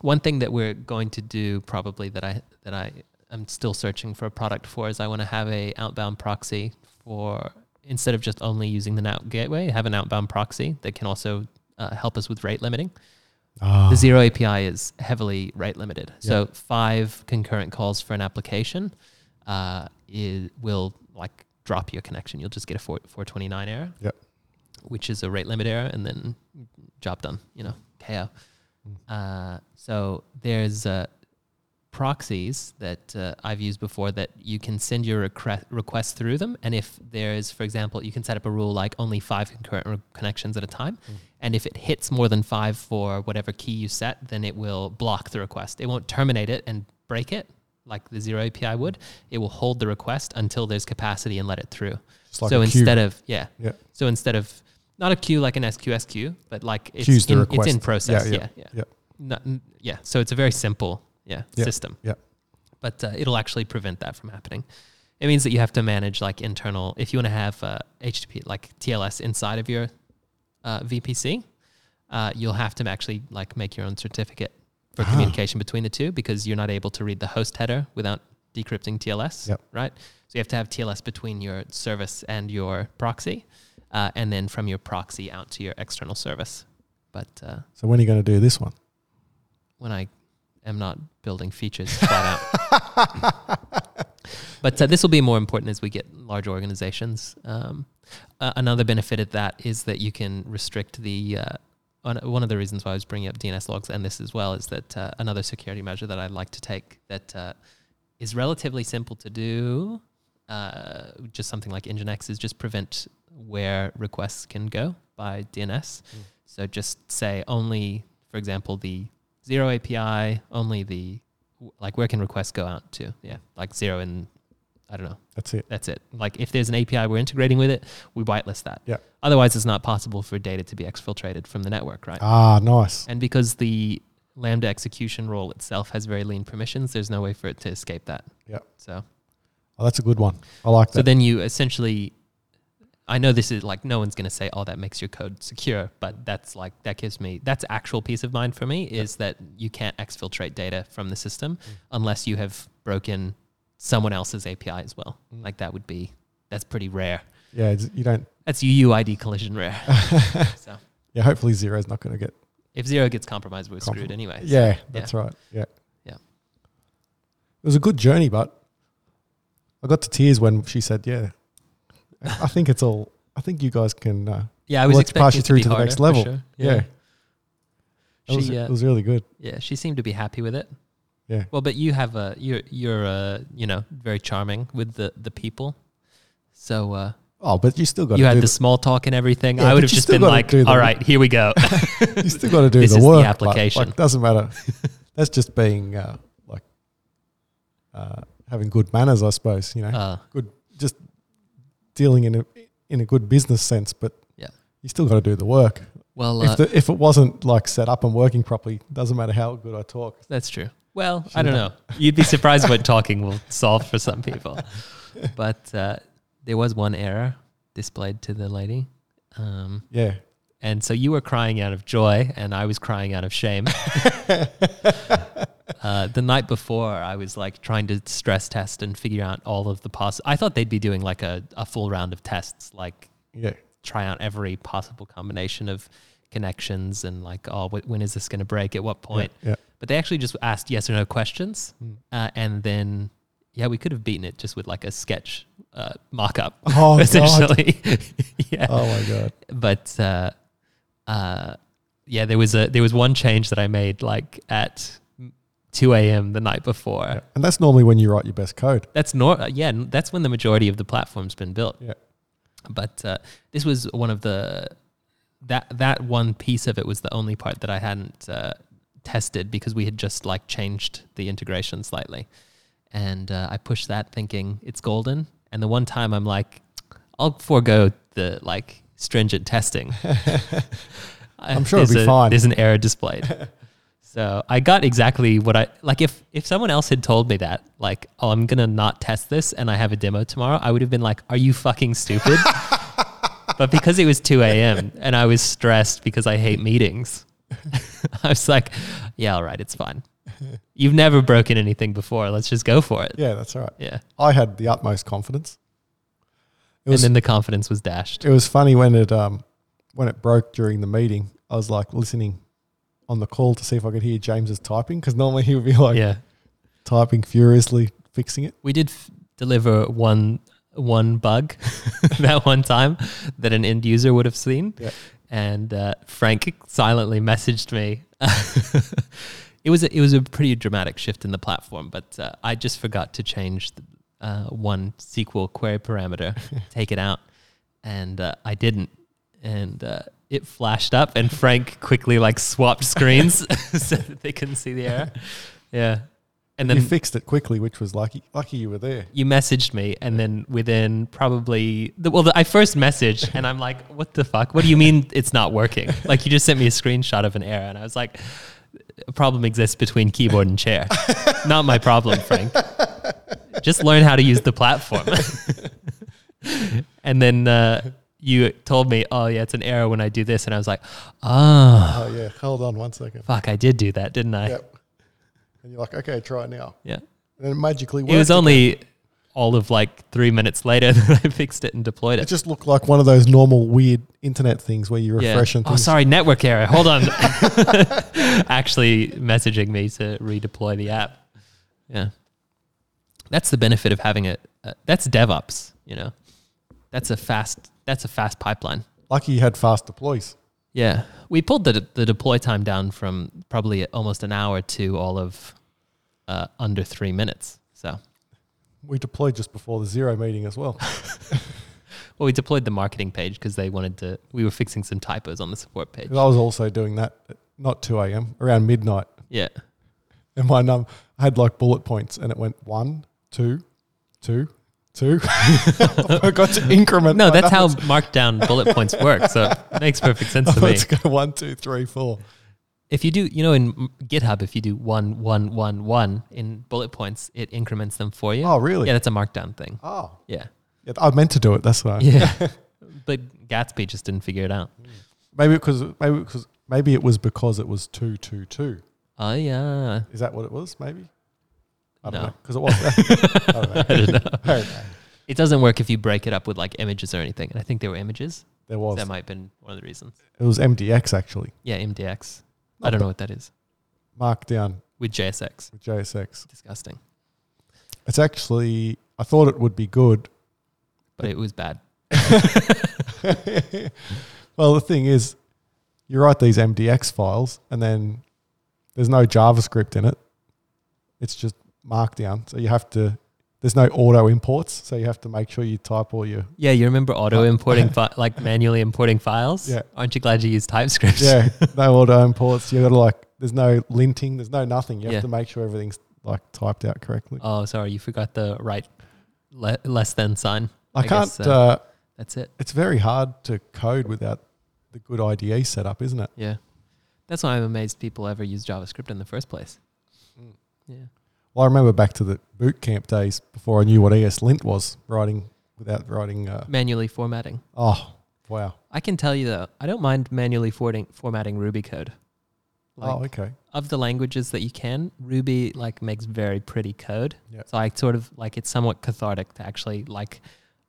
S1: one thing that we're going to do probably that i that i am still searching for a product for is i want to have a outbound proxy for instead of just only using the NAT gateway have an outbound proxy that can also uh, help us with rate limiting.
S2: Ah,
S1: The zero API is heavily rate limited. So five concurrent calls for an application uh, is, will like drop your connection. You'll just get a four, 429 error,
S2: Yep.
S1: which is a rate limit error, and then job done, you know, KO. Uh, so there's uh, proxies that uh, I've used before that you can send your request, request through them. And if there's, for example, you can set up a rule like only five concurrent re- connections at a time. And if it hits more than five for whatever key you set, then it will block the request. It won't terminate it and break it like the zero API would. It will hold the request until there's capacity and let it through.
S2: Just like
S1: so
S2: a queue.
S1: instead of, yeah.
S2: Yeah.
S1: So instead of, not a queue like an SQS queue, but like it's,
S2: Queue's the
S1: in, it's
S2: request.
S1: in process.
S2: Yeah,
S1: Yeah,
S2: yeah,
S1: yeah. yeah.
S2: yeah.
S1: No- n- yeah. So it's a very simple yeah,
S2: Yeah,
S1: system.
S2: yeah.
S1: But uh, it'll actually prevent that from happening. It means that you have to manage like internal, if you want to have uh, HTTP, like TLS inside of your uh, VPC, uh, you'll have to actually like make your own certificate for
S2: Ah.
S1: communication between the two because you're not able to read the host header without decrypting TLS,
S2: Yep.
S1: right? So you have to have TLS between your service and your proxy, uh, and then from your proxy out to your external service. But uh,
S2: so when are you going to do this one?
S1: when I am not building features [laughs] flat out. [laughs] but uh, this will be more important as we get large organizations. Um, uh, another benefit of that is that you can restrict the. Uh, on- one of the reasons why I was bringing up DNS logs and this as well is that uh, another security measure that I'd like to take that uh, is relatively simple to do, uh, just something like Nginx, is just prevent where requests can go by DNS. So just say only, for example, the zero API, only the like where can requests go out to? Yeah, like zero and I don't know.
S2: That's it.
S1: That's it. Like if there's an API we're integrating with it, we whitelist that.
S2: Yeah.
S1: Otherwise, it's not possible for data to be exfiltrated from the network, right?
S2: Ah, nice.
S1: And because the Lambda execution role itself has very lean permissions, there's no way for it to escape that.
S2: Yeah.
S1: So
S2: Oh, that's a good one. I like
S1: so
S2: that.
S1: then you essentially, I know this is like no one's going to say, "Oh, that makes your code secure," but that's like that gives me that's actual peace of mind for me is that you can't exfiltrate data from the system
S2: Mm.
S1: unless you have broken someone else's API as well.
S2: Mm.
S1: Like that would be that's pretty rare.
S2: yeah, it's, you don't.
S1: That's UUID collision
S2: [laughs]
S1: rare. so
S2: Yeah, hopefully zero is not going to get.
S1: if zero gets compromised, we're
S2: Comprom-
S1: screwed anyway. so-
S2: Yeah, that's right. Yeah.
S1: Yeah.
S2: It was a good journey, but I got to tears when she said, "Yeah, I I think it's all. I think you guys can. Uh,
S1: yeah. I was
S2: Let's
S1: expecting
S2: pass you
S1: it to
S2: through
S1: be
S2: to the
S1: harder,
S2: next
S1: for
S2: level.
S1: sure.
S2: yeah, It,
S1: She,
S2: was,
S1: uh,
S2: it was really good.
S1: Yeah, she seemed to be happy with it.
S2: Yeah.
S1: Well, but you have a you're you're uh you know very charming with the the people. So uh,
S2: Oh, but you still got
S1: you
S2: to
S1: had
S2: do
S1: the small talk and everything.
S2: Yeah,
S1: I would
S2: but
S1: have
S2: you
S1: just
S2: still
S1: been
S2: gotta
S1: like,
S2: do the-
S1: all right, here we
S2: [laughs]
S1: go.
S2: the, you still got to
S1: [laughs]
S2: do
S1: This
S2: the
S1: is the
S2: work. like-
S1: application.
S2: like, doesn't
S1: [laughs]
S2: matter. That's just being uh, like uh, having good manners, I suppose. You know,
S1: uh,
S2: just dealing in a in a good business sense, but
S1: Yeah.
S2: you still got to do the work.
S1: well, uh,
S2: if the, if it wasn't like set up and working properly, doesn't matter how good I talk.
S1: that's true. Well,
S2: She
S1: I don't know. You'd be surprised
S2: [laughs]
S1: what talking will solve for some people. But uh, there was one error displayed to the lady. Um,
S2: Yeah,
S1: And so you were crying out of joy, and I was crying out of
S2: [laughs]
S1: shame. uh, the night before, I was like trying to stress test and figure out all of the poss. I thought they'd be doing like a, a full round of tests, like
S2: yeah,
S1: try out every possible combination of connections and like, oh, wh- when is this going to break? At what point? [laughs]
S2: Yeah, Hmm. yeah.
S1: But they actually just asked yes or no questions, uh, and then yeah, we could have beaten it just with like a sketch uh, mock up,
S2: Oh, God.
S1: [laughs] essentially. yeah
S2: Oh my god.
S1: but uh, uh, yeah, there was a there was one change that I made like at 2 a.m. the night before.
S2: And that's normally when you write your best code.
S1: That's nor yeah, n- that's when the majority of the platform's been built.
S2: Yeah.
S1: But uh, this was one of the that that one piece of it was the only part that I hadn't uh, tested because we had just like changed the integration slightly, and uh, I pushed that thinking it's golden. And the one time I'm like, I'll forego the like stringent testing.
S2: [laughs]
S1: Uh,
S2: I'm sure it'll
S1: There's
S2: be
S1: a-
S2: fine.
S1: There's an error displayed.
S2: [laughs]
S1: So I got exactly what I like. If if someone else had told me that, like, oh, I'm gonna not test this, and I have a demo tomorrow, I would have been like, "Are you fucking stupid?" but because it was 2 a.m. and I was stressed because I hate meetings, [laughs] I was like, "Yeah, all right, it's fine. You've never broken anything before. Let's just go for it."
S2: Yeah, that's right.
S1: Yeah.
S2: I had the utmost confidence. It was
S1: and then the confidence was dashed.
S2: it was funny when it um when it broke during the meeting. I I was like listening on the call to see if I could hear James's typing because normally [laughs] he would be like
S1: yeah.
S2: typing furiously, fixing it.
S1: We did f- deliver one one bug [laughs] that one time that an end user would have seen,
S2: Yeah.
S1: and uh, Frank silently messaged me. [laughs] it was a, it was a pretty dramatic shift in the platform, but uh, I just forgot to change the, uh, one SQL query
S2: [laughs]
S1: parameter, take it out, and uh, I didn't, and. Uh, it flashed up, and Frank quickly like swapped
S2: [laughs]
S1: screens [laughs] so that they couldn't see the error. Yeah, and then
S2: you fixed it quickly, which was lucky. Lucky you were there.
S1: you messaged me and then within probably the, well the, i first messaged and i'm like what the fuck what do you mean it's not
S2: [laughs]
S1: working like you just sent me a screenshot of an error and i was like a problem exists between keyboard and chair not my problem frank just learn how to use the
S2: [laughs]
S1: platform and then uh, you told me oh yeah it's an error when i do this and i was like oh
S2: Oh yeah, hold on one second.
S1: fuck i did do that didn't i
S2: Yep. And you're like, okay, try it now.
S1: yeah
S2: And it magically worked.
S1: it was only all of like three minutes later [laughs] that i fixed it and deployed
S2: It
S1: it
S2: just looked like one of those normal weird internet things where you
S1: Yeah.
S2: refresh and
S1: Oh,
S2: things.
S1: sorry, network error. Hold on. Actually, messaging me to redeploy the app. Yeah, that's the benefit of having it. Uh, that's DevOps. You know, that's a fast. That's a fast pipeline.
S2: Lucky you had fast deploys.
S1: Yeah, we pulled the the deploy time down from probably almost an hour to all of uh, under three minutes. So,
S2: We deployed just before the zero meeting
S1: [laughs]
S2: as well.
S1: well, we deployed the marketing page because they wanted to. We were fixing some typos on the support page.
S2: 'Cause I was also doing that at not 2 a.m., around midnight.
S1: Yeah,
S2: And my num I had like bullet points and it went one, two, two, two. [laughs] I got to increment.
S1: no,
S2: my
S1: [laughs] that's how
S2: numbers.
S1: markdown bullet points work. So it makes perfect sense
S2: [laughs] I
S1: to me.
S2: got to go one, two, three, four.
S1: If you do, you know, in GitHub, if you do one, one, one, one in bullet points, it increments them for you.
S2: Oh, really?
S1: Yeah, that's a markdown thing.
S2: Oh, [laughs]
S1: Yeah.
S2: yeah, I meant to do it. That's why.
S1: Yeah. [laughs] but Gatsby just didn't figure it out.
S2: Maybe because maybe because maybe it was because it was two, two, two.
S1: Oh, yeah. [laughs]
S2: Is that what it was? Maybe. I don't
S1: No.
S2: know because it was. [laughs] I don't know. I don't know.
S1: It doesn't work if you break it up with like images or anything. And I think there were images.
S2: There was.
S1: That might have been one of the reasons.
S2: It was MDX actually.
S1: Yeah, MDX. I
S2: Not
S1: don't know what that is.
S2: Markdown
S1: With JSX.
S2: with JSX.
S1: Disgusting.
S2: It's actually. I thought it would be good. [laughs]
S1: But it was bad.
S2: well, the thing is, you write these MDX files, and then there's no JavaScript in it. It's just Markdown, so you have to. There's no auto imports, so you have to make sure you type all your.
S1: Yeah, you remember auto importing, fi- like manually importing files?
S2: Yeah.
S1: Aren't you glad you used TypeScript?
S2: [laughs] Yeah, no auto imports. You got to like. There's no linting. There's no nothing. You have
S1: Yeah.
S2: to make sure everything's like typed out correctly.
S1: Oh, sorry, you forgot the right le- less than sign.
S2: I, can't.
S1: guess,
S2: uh,
S1: uh, that's it.
S2: it's very hard to code without the good IDE setup, isn't it?
S1: Yeah, that's why I'm amazed people ever use JavaScript in the first place.
S2: Mm.
S1: Yeah,
S2: Well, I remember back to the boot camp days before I knew what ESLint was, writing without writing. Uh,
S1: manually formatting.
S2: oh, wow.
S1: I can tell you though, I don't mind manually forwarding, formatting Ruby code. Like,
S2: oh, okay.
S1: Of the languages that you can, Ruby like makes very pretty code.
S2: Yeah.
S1: So I sort of like it's somewhat cathartic to actually like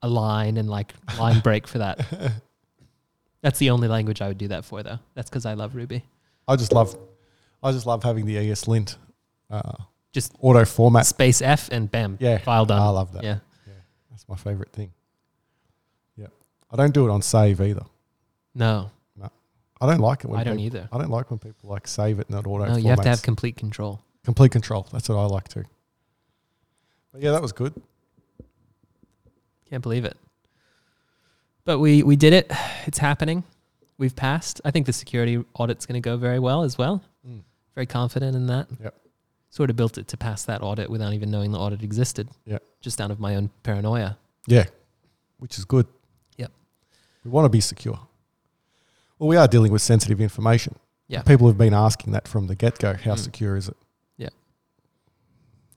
S1: align and like line break for that.
S2: [laughs]
S1: That's the only language I would do that for though. That's because I love Ruby.
S2: I just love, I just love having the ESLint uh,
S1: Just
S2: auto format.
S1: space F and bam,
S2: Yeah,
S1: file done.
S2: I love that.
S1: Yeah.
S2: That's my favorite thing. Yeah, I don't do it on save either.
S1: No,
S2: I don't like it when
S1: I don't
S2: people,
S1: either.
S2: I don't like when people like save it and it auto.
S1: No, you have to have complete control.
S2: complete control. That's what I like too. But yeah, that was good.
S1: Can't believe it. But we we did it. It's happening. We've passed. I think the security audit's going to go very well as well.
S2: Mm.
S1: Very confident in that.
S2: Yep.
S1: Sort of built it to pass that audit without even knowing the audit existed.
S2: Yep.
S1: Just out of my own paranoia.
S2: Yeah, which is good.
S1: Yep.
S2: We want to be secure. Well, we are dealing with sensitive information.
S1: Yeah.
S2: People have been asking that from the get go. How
S1: Mm.
S2: secure is it?
S1: Yeah.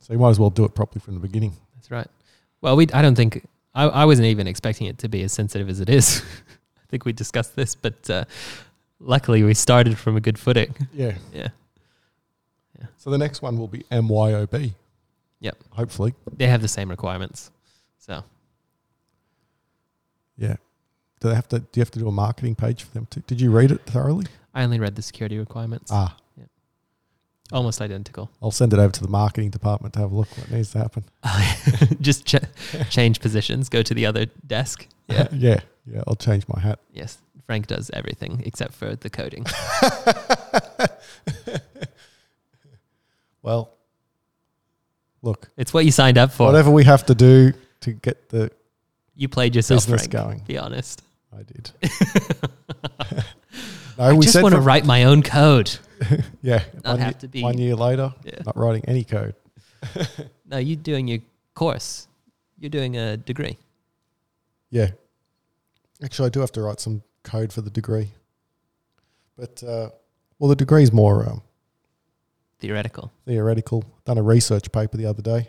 S2: So you might as well do it properly from the beginning. [laughs]
S1: That's right. Well, we I don't think I, I wasn't even expecting it to be as sensitive as it is. [laughs] I think we discussed this, but uh, luckily we started from a good footing.
S2: Yeah.
S1: Yeah.
S2: So the next one will be MYOB.
S1: Yep.
S2: Hopefully.
S1: They have the same requirements. So
S2: Yeah. Do they have to? Do you have to do a marketing page for them too? Did you read it thoroughly?
S1: I I only read the security requirements.
S2: Ah,
S1: Almost identical. [laughs]
S2: I'll send it over to the marketing department to have a look what needs to happen.
S1: Just
S2: [laughs]
S1: ch- change positions, go to the other desk. Yeah.
S2: yeah, yeah. I'll change my hat.
S1: [laughs] yes. Frank does everything except for the coding.
S2: well, look,
S1: It's what you signed up for.
S2: whatever we have to do to get the
S1: You played yourself,
S2: business
S1: Frank.
S2: going,
S1: Be honest. [laughs]
S2: I did.
S1: I
S2: No, we
S1: just
S2: said
S1: want to
S2: from-
S1: write my own code.
S2: [laughs] Yeah,
S1: Not
S2: one,
S1: have
S2: ye-
S1: to be-
S2: one year later,
S1: Yeah.
S2: not writing any code.
S1: No, you're doing your course. You're doing a degree.
S2: Yeah. Actually, I do have to write some code for the degree. But, uh, well, the degree is more um,
S1: Theoretical.
S2: theoretical. Done a research paper the other day.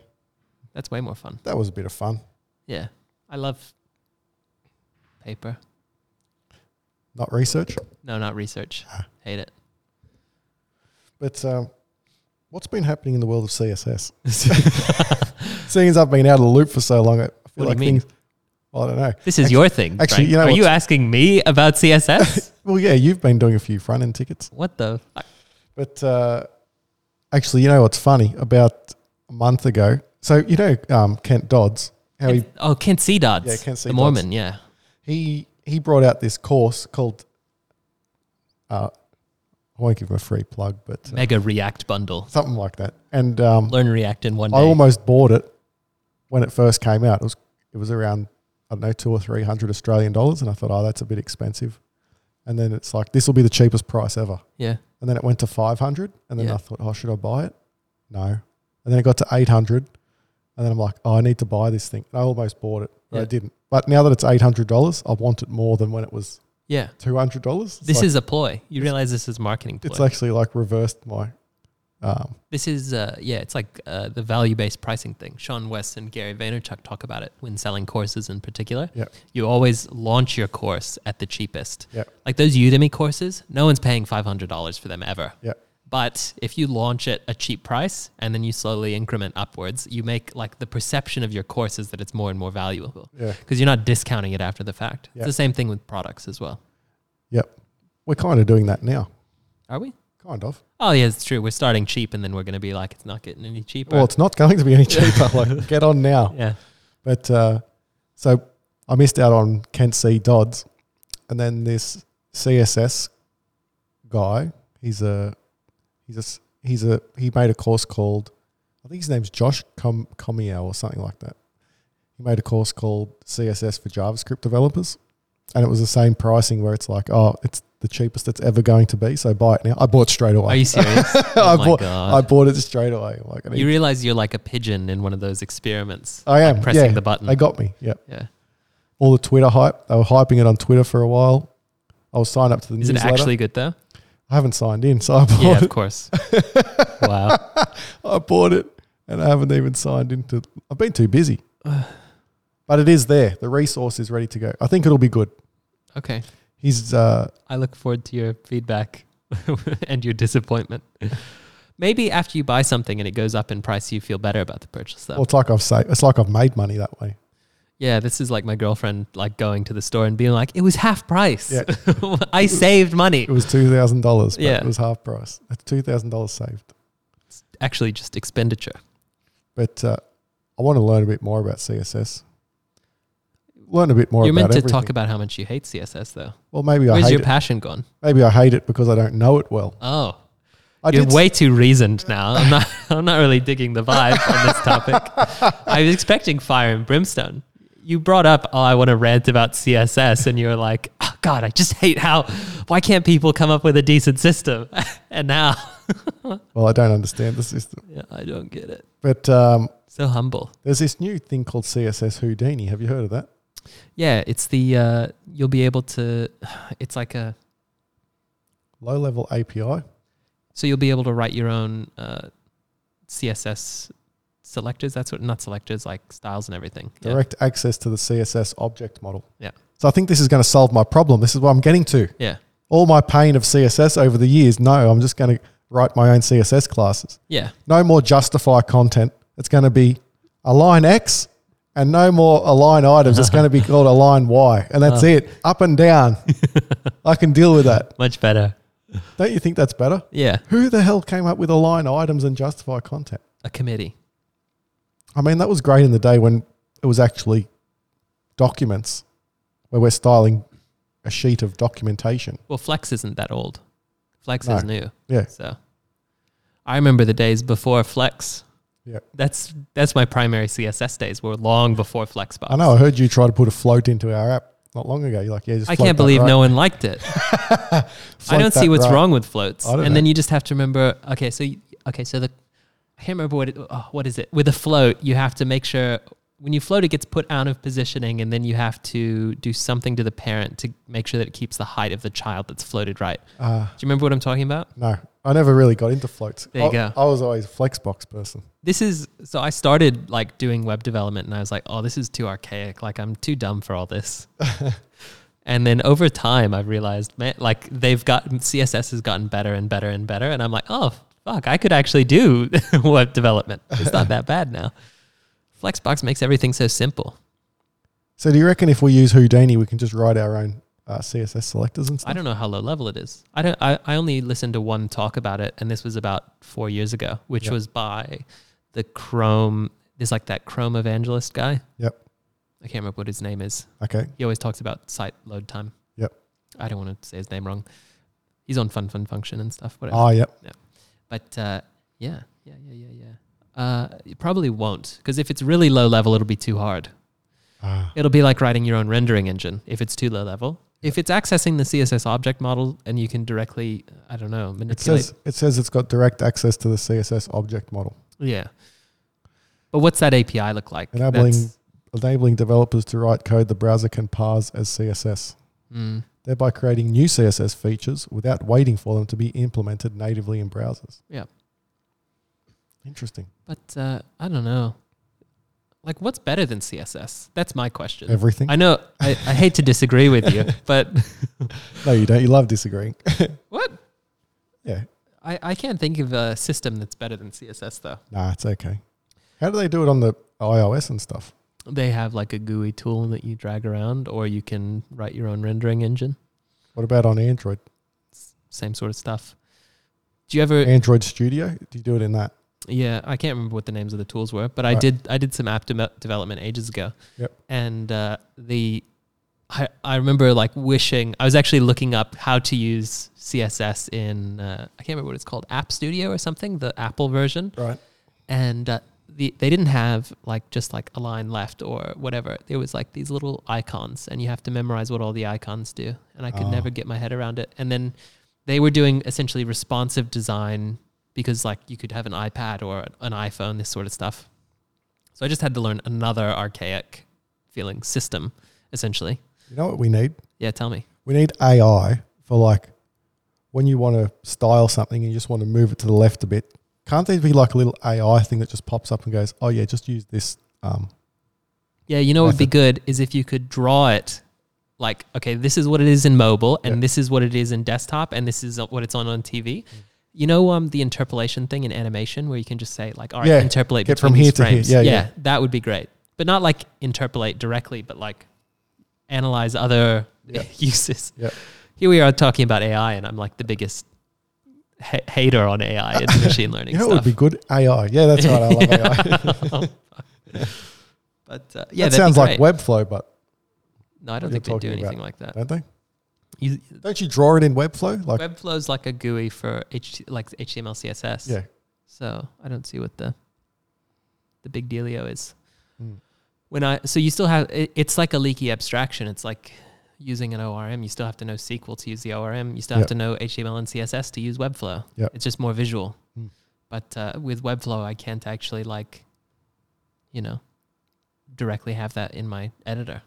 S1: That's way more fun.
S2: That was a bit of fun.
S1: Yeah. I love paper.
S2: Not research.
S1: No, not research. Hate it.
S2: But um, what's been happening in the world of CSS?
S1: [laughs]
S2: [laughs] Seeing as I've been out of the loop for so long, I feel
S1: What do you
S2: like
S1: mean?
S2: things. I don't know.
S1: This is
S2: Actu-
S1: your thing.
S2: actually,
S1: Frank.
S2: you know
S1: Are
S2: what's-
S1: you asking me about
S2: [laughs]
S1: CSS?
S2: Well, yeah, you've been doing a few front end tickets.
S1: what the? fuck?
S2: But uh, actually, you know what's funny? About a month ago, so you know um, Kent Dodds, how he,
S1: oh, Kent C. Dodds.
S2: Yeah, Kent C.
S1: The
S2: Dodds.
S1: Mormon, yeah.
S2: he he brought out this course called. Uh, I won't give him a free plug, but uh,
S1: Mega React bundle.
S2: something like that. And um,
S1: Learn React in one day.
S2: I almost bought it when it first came out. It was it was around I don't know two or three hundred Australian dollars, and I thought, oh, that's a bit expensive. And then it's like this will be the cheapest price ever.
S1: yeah.
S2: And then it went to five hundred, and then
S1: Yeah.
S2: I thought, oh, should I buy it? No. And then it got to eight hundred, and then I'm like, oh, I need to buy this thing. And I almost bought it, but I
S1: Yeah.
S2: didn't. But now that it's eight hundred dollars, I want it more than when it was
S1: Yeah.
S2: two hundred dollars.
S1: This is a ploy. You realize this is marketing ploy.
S2: it's actually like reversed my. Um,
S1: This is, uh, yeah, it's like uh, the value based pricing thing. Sean West and Gary Vaynerchuk talk about it when selling courses in particular.
S2: Yeah.
S1: You always launch your course at the cheapest.
S2: Yeah.
S1: Like those Udemy courses, no one's paying $500 for them ever.
S2: Yeah.
S1: But if you launch at a cheap price and then you slowly increment upwards, you make like the perception of your course is that it's more and more valuable
S2: yeah.
S1: because you're not discounting it after the fact.
S2: Yeah.
S1: It's the same thing with products as well.
S2: Yep. We're kind of doing that now.
S1: Are we?
S2: Kind of.
S1: Oh, yeah, it's true. We're starting cheap and then we're going to be like, it's not getting any cheaper.
S2: Well, it's not going to be
S1: [laughs]
S2: any cheaper. like, get on now. [laughs]
S1: yeah.
S2: But uh, so I missed out on Kent C. Dodds, and then this CSS guy. He's a he's a s- he's a he made a course called I think his name's Josh Com- Comiel or something like that. He made a course called CSS for JavaScript developers, and it was the same pricing where it's like, oh, it's the cheapest it's ever going to be, so buy it now. I bought straight away.
S1: Are you
S2: [laughs]
S1: serious?
S2: I
S1: oh, my
S2: bought
S1: God.
S2: I bought it straight away. Like, I, Uh, need-
S1: You realize you're like a pigeon in one of those experiments.
S2: I am
S1: pressing
S2: yeah,
S1: the button.
S2: They got me. Yeah.
S1: yeah.
S2: all the Twitter hype. They were hyping it on Twitter for a while. I was signed up to the
S1: Is it
S2: newsletter.
S1: actually good though?
S2: I haven't signed in, so I bought
S1: Yeah, of
S2: it. [laughs]
S1: course. wow.
S2: I bought it, and I haven't even signed into. I've been too busy, but it is there. The resource is ready to go. I think it'll be good.
S1: Okay.
S2: He's uh,
S1: I look forward to your feedback [laughs] and your disappointment. Maybe after you buy something and it goes up in price, you feel better about the purchase though.
S2: well, it's like I've saved. It's like I've made money that way.
S1: yeah, this is like my girlfriend like going to the store and being like, "It was half price.
S2: Yeah.
S1: [laughs] I saved money."
S2: It was two thousand dollars, but
S1: [laughs] Yeah.
S2: it was half price. That's two thousand dollars saved.
S1: It's actually just expenditure.
S2: But uh, I want to learn a bit more about CSS. Learn a bit more.
S1: You're
S2: about
S1: meant to
S2: everything.
S1: talk about how much you hate CSS though.
S2: Well, maybe I
S1: Where's
S2: hate
S1: your
S2: it.
S1: passion gone?
S2: Maybe I hate it because I don't know it well.
S1: Oh,
S2: I
S1: You're
S2: did
S1: way too reasoned now. I'm not. [laughs] I'm not really digging the vibe on this topic.
S2: [laughs]
S1: I was expecting fire and brimstone. You brought up, oh, I want to rant about CSS, and you were like, oh, God, I just hate how. Why can't people come up with a decent system? [laughs] and now,
S2: Well, I don't understand the system.
S1: yeah, I don't get it.
S2: But um,
S1: So humble.
S2: there's this new thing called CSS Houdini. Have you heard of that?
S1: Yeah, it's the uh, you'll be able to. [sighs] It's like a
S2: Low level API.
S1: so you'll be able to write your own uh, CSS selectors. That's what not selectors like styles and everything. Yeah.
S2: direct access to the CSS object model.
S1: Yeah.
S2: So I think this is going to solve my problem. This is what I'm getting to.
S1: Yeah.
S2: All my pain of CSS over the years. No, I'm just going to write my own CSS classes.
S1: Yeah.
S2: No more justify content. It's going to be align X and no more align items. It's going
S1: [laughs]
S2: to be
S1: Oh.
S2: called align Y. And that's it. Up and down. I can deal with that.
S1: Much better.
S2: Don't you think that's better?
S1: Yeah,
S2: Who the hell came up with align items and justify content?
S1: a committee.
S2: I mean, that was great in the day when it was actually documents where we're styling a sheet of documentation.
S1: Well, Flex isn't that old. Flex
S2: No.
S1: is new.
S2: Yeah.
S1: So I remember the days before Flex.
S2: Yeah.
S1: That's that's my primary CSS days were long before Flexbox.
S2: I know. I heard you try to put a float into our app not long ago. You're like, yeah, just
S1: I
S2: float
S1: can't
S2: that
S1: believe
S2: right.
S1: no one liked
S2: [laughs]
S1: it. I
S2: Float
S1: don't
S2: that
S1: see what's
S2: right.
S1: wrong with floats.
S2: I
S1: And
S2: don't
S1: then
S2: know.
S1: you just have to remember. Okay, so you, okay, so the I can't remember what it, oh, what is it with a float. You have to make sure when you float, it gets put out of positioning, and then you have to do something to the parent to make sure that it keeps the height of the child that's floated right.
S2: Uh,
S1: Do you remember what I'm talking about?
S2: no, I never really got into floats.
S1: There you
S2: I,
S1: go.
S2: I was always a flexbox person.
S1: this is so I started like doing web development and I was like, oh, this is too archaic. Like I'm too dumb for all this. and then over time, I've realized, man, like they've gotten CSS has gotten better and better and better, and I'm like, oh fuck, I could actually do [laughs] web development. It's not that bad now. Flexbox makes everything so simple.
S2: So do you reckon if we use Houdini, we can just write our own uh, CSS selectors and
S1: I
S2: stuff?
S1: don't know how low level it is. I don't. I, I only listened to one talk about it, and this was about four years ago, which
S2: Yep.
S1: was by the Chrome. There's like that Chrome evangelist guy.
S2: Yep.
S1: I can't remember what his name is.
S2: Okay.
S1: He always talks about site load time.
S2: Yep.
S1: I don't want to say his name wrong. He's on Fun Fun Function and stuff, whatever.
S2: Oh, yep.
S1: but uh, yeah, yeah, yeah, yeah, yeah. Uh, you probably won't, because if it's really low level, it'll be too hard.
S2: Ah,
S1: It'll be like writing your own rendering engine if it's too low level. If it's accessing the CSS object model and you can directly, I don't know,
S2: it
S1: manipulate.
S2: says it says it's got direct access to the CSS object model,
S1: yeah. But what's that API look like?
S2: Enabling-
S1: That's-
S2: enabling developers to write code the browser can parse as CSS,
S1: Mm.
S2: thereby creating new CSS features without waiting for them to be implemented natively in browsers.
S1: Yep.
S2: Interesting.
S1: But uh, I don't know. Like, what's better than CSS? That's my question.
S2: Everything.
S1: Uh, I know. I, I hate to disagree with you, but
S2: [laughs]
S1: [laughs]
S2: no, you don't. You love disagreeing. [laughs]
S1: What?
S2: Yeah.
S1: I, I can't think of a system that's better than CSS though.
S2: Nah, it's okay. How do they do it on the iOS and stuff?
S1: They have like a GUI tool that you drag around, or you can write your own rendering engine.
S2: What about on Android?
S1: Same sort of stuff. Do you ever?
S2: Android Studio? Do you do it in that?
S1: Yeah, I can't remember what the names of the tools were, but I
S2: Right.
S1: did. I did some app de- development ages ago.
S2: Yep.
S1: And uh, the, I I remember like wishing I was actually looking up how to use CSS in uh, I can't remember what it's called App Studio or something the Apple version.
S2: Right.
S1: and uh, the, they didn't have like just like a line left or whatever. There was like these little icons, and you have to memorize what all the icons do. And I could
S2: Ah.
S1: never get my head around it. And then they were doing essentially responsive design because like you could have an iPad or an iPhone, this sort of stuff. So I just had to learn another archaic feeling system, essentially.
S2: You know what we need?
S1: Yeah, tell me.
S2: We need AI for like when you want to style something and you just want to move it to the left a bit. Can't there be like a little AI thing that just pops up and goes, "Oh yeah, just use this." Um,
S1: Yeah, you know what would be good is if you could draw it like, okay, this is what it is in mobile, and
S2: Yeah.
S1: this is what it is in desktop, and this is what it's on on TV. You know, um, the interpolation thing in animation where you can just say like, all right,
S2: Yeah,
S1: interpolate
S2: get
S1: between
S2: from
S1: these
S2: here to here.
S1: frames.
S2: Yeah, yeah.
S1: that would be great, but not like interpolate directly, but like analyze other
S2: Yeah.
S1: [laughs] uses.
S2: Yeah.
S1: Here we are talking about AI, and I'm like the biggest ha- hater on AI
S2: [laughs]
S1: and machine learning
S2: you know, it
S1: stuff.
S2: would be good AI. Yeah, that's right. I
S1: [laughs]
S2: love AI.
S1: but uh, yeah,
S2: that
S1: that'd be
S2: sounds like
S1: great.
S2: Webflow, but
S1: No, I don't
S2: what
S1: think they
S2: you're
S1: do
S2: talking
S1: anything
S2: about.
S1: like that.
S2: don't they?
S1: You,
S2: Don't you draw it in Webflow? Like,
S1: Webflow's like a GUI for H, like HTML, CSS.
S2: yeah.
S1: So I don't see what the the big dealio is.
S2: Mm.
S1: When I so you still have it, it's like a leaky abstraction. It's like using an ORM. You still have to know SQL to use the ORM. You still have
S2: Yep.
S1: to know HTML and CSS to use Webflow.
S2: Yep.
S1: It's just more visual.
S2: Mm.
S1: But uh, with Webflow, I can't actually like, you know, directly have that in my editor.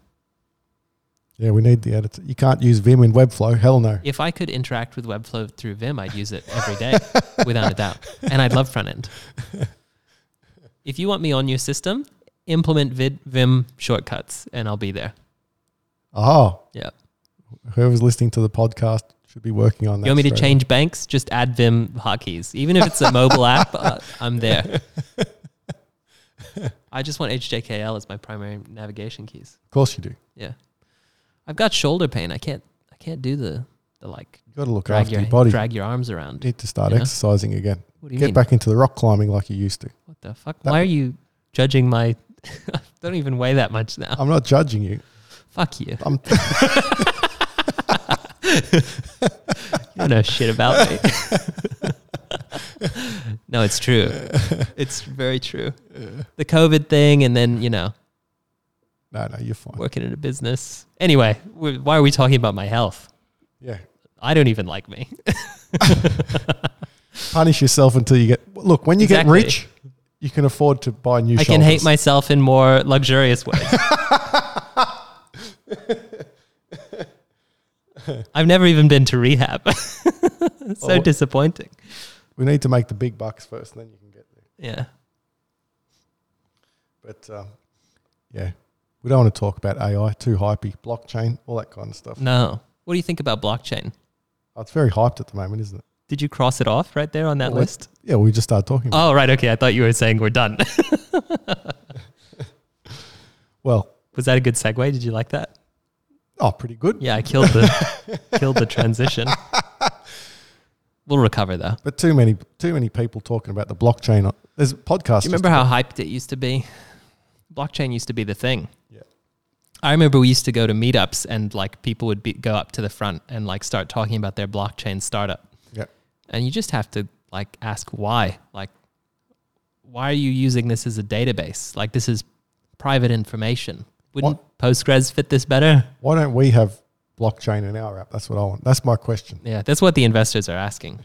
S2: Yeah, we need the editor. You can't use Vim in Webflow. Hell no.
S1: If I could interact with Webflow through Vim, I'd use it every day without a doubt. And I'd love front end. If you want me on your system, implement vid- Vim shortcuts and I'll be there.
S2: Oh.
S1: Yeah.
S2: Whoever's listening to the podcast should be working on that.
S1: you want me to
S2: straight
S1: change banks? Just add Vim hotkeys. Even if it's a mobile app, uh, I'm
S2: [laughs]
S1: there. I just want HJKL as my primary navigation keys.
S2: away. Of course you do.
S1: Yeah. I've got shoulder pain. I can't I can't do the the like
S2: You've got to look
S1: drag
S2: after your,
S1: your
S2: body.
S1: drag your arms around.
S2: You need to start
S1: you know?
S2: exercising again.
S1: What do you
S2: Get
S1: mean?
S2: back into the rock climbing like you used to.
S1: What the fuck?
S2: That-
S1: Why are you judging my? [laughs] I don't even weigh that much now.
S2: I'm not judging you.
S1: Fuck you. [laughs]
S2: I'm [laughs]
S1: You don't know shit about
S2: [laughs]
S1: me. no, it's true. It's very true. The COVID thing, and then you know,
S2: no, no, you're fine.
S1: working in a business. Anyway, we- why are we talking about my health?
S2: Yeah,
S1: I don't even like me.
S2: punish yourself until you get. Look, when you
S1: Exactly.
S2: get rich, you can afford to buy new.
S1: I can hate
S2: shoulders.
S1: myself in more luxurious ways. I've never even been to rehab. [laughs] so
S2: Well,
S1: disappointing.
S2: We need to make the big bucks first, then you can get there.
S1: Yeah.
S2: But um, yeah, we don't want to talk about AI too hypey, blockchain, all that kind of stuff.
S1: No. What do you think about blockchain?
S2: Oh, it's very hyped at the moment, isn't it?
S1: Did you cross it off right there on that
S2: Well, let's-
S1: list?
S2: Yeah, we just started talking. About
S1: Oh, right. Okay. I thought you were saying we're done. [laughs]
S2: it. Well,
S1: Was that a good segue? Did you like that?
S2: oh, pretty good.
S1: Yeah, I killed the killed the transition. We'll recover though.
S2: But too many, too many people talking about the blockchain. There's podcasts.
S1: Do you remember how hyped it used to be? Blockchain used to be the thing.
S2: Yeah.
S1: I remember we used to go to meetups and like people would be, go up to the front and like start talking about their blockchain startup.
S2: Yeah.
S1: And you just have to like ask why. Like, why are you using this as a database? Like, this is private information. Wouldn't Postgres fit this better?
S2: Why don't we have blockchain in our app? That's what I want. That's my question.
S1: Yeah, that's what the investors are asking.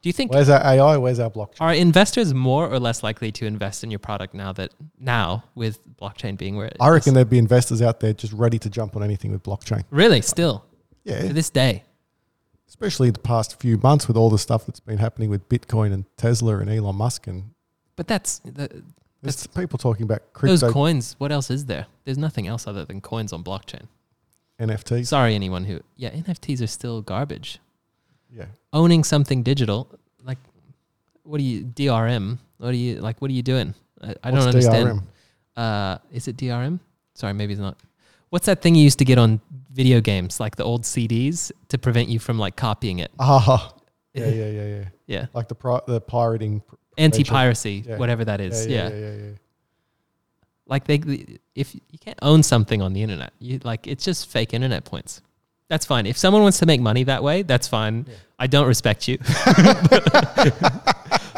S1: Do you think
S2: Where's our AI? Where's our blockchain?
S1: are investors more or less likely to invest in your product now that now with blockchain being where it
S2: I
S1: is?
S2: reckon there'd be investors out there just ready to jump on anything with blockchain.
S1: Really, still to
S2: Yeah,
S1: this day.
S2: especially the past few months with all the stuff that's been happening with Bitcoin and Tesla and Elon Musk and
S1: But that's the,
S2: there's people talking about
S1: those
S2: crypto
S1: coins. What else is there? There's nothing else other than coins on blockchain.
S2: NFTs.
S1: Sorry, anyone who yeah, NFTs are still garbage.
S2: Yeah,
S1: Owning something digital, like what do you DRM? What do you like? What are you doing? I, I don't
S2: What's
S1: understand.
S2: DRM?
S1: uh, is it DRM? Sorry, maybe it's not. What's that thing you used to get on video games, like the old CDs, to prevent you from like copying it?
S2: Ah, yeah, yeah, yeah, yeah.
S1: Yeah,
S2: Like the pri- the pirating. pr- prevention.
S1: anti-piracy,
S2: Yeah.
S1: whatever that is. Yeah,
S2: yeah, yeah, yeah, yeah.
S1: like they, if you can't own something on the internet, you like it's just fake internet points. That's fine. If someone wants to make money that way, that's fine.
S2: Yeah.
S1: I don't respect you. [laughs]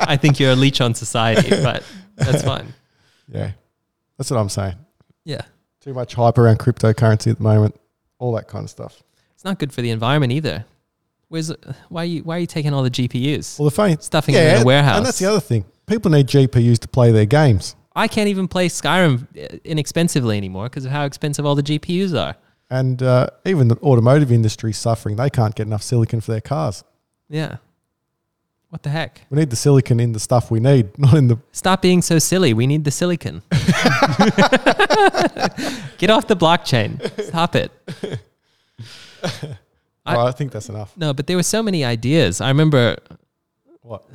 S1: I think you're a leech on society, but that's fine.
S2: Yeah, that's what I'm saying.
S1: Yeah.
S2: Too much hype around cryptocurrency at the moment. All that kind of stuff.
S1: It's not good for the environment either. Where's why are you why are you taking all the GPUs?
S2: Well, the funny
S1: stuffing them in a warehouse.
S2: and that's the other thing. People need GPUs to play their games,
S1: I can't even play Skyrim uh, inexpensively anymore because of how expensive all the GPUs are.
S2: and uh, even the automotive industry is suffering. They can't get enough silicon for their cars.
S1: Yeah. What the heck?
S2: We need the silicon in the stuff we need, [laughs] not in the.
S1: Stop being so silly. We need the
S2: [laughs]
S1: silicon. Get off the blockchain. Stop it. I-
S2: Oh, I think that's enough.
S1: No, but there were so many ideas. I remember
S2: What?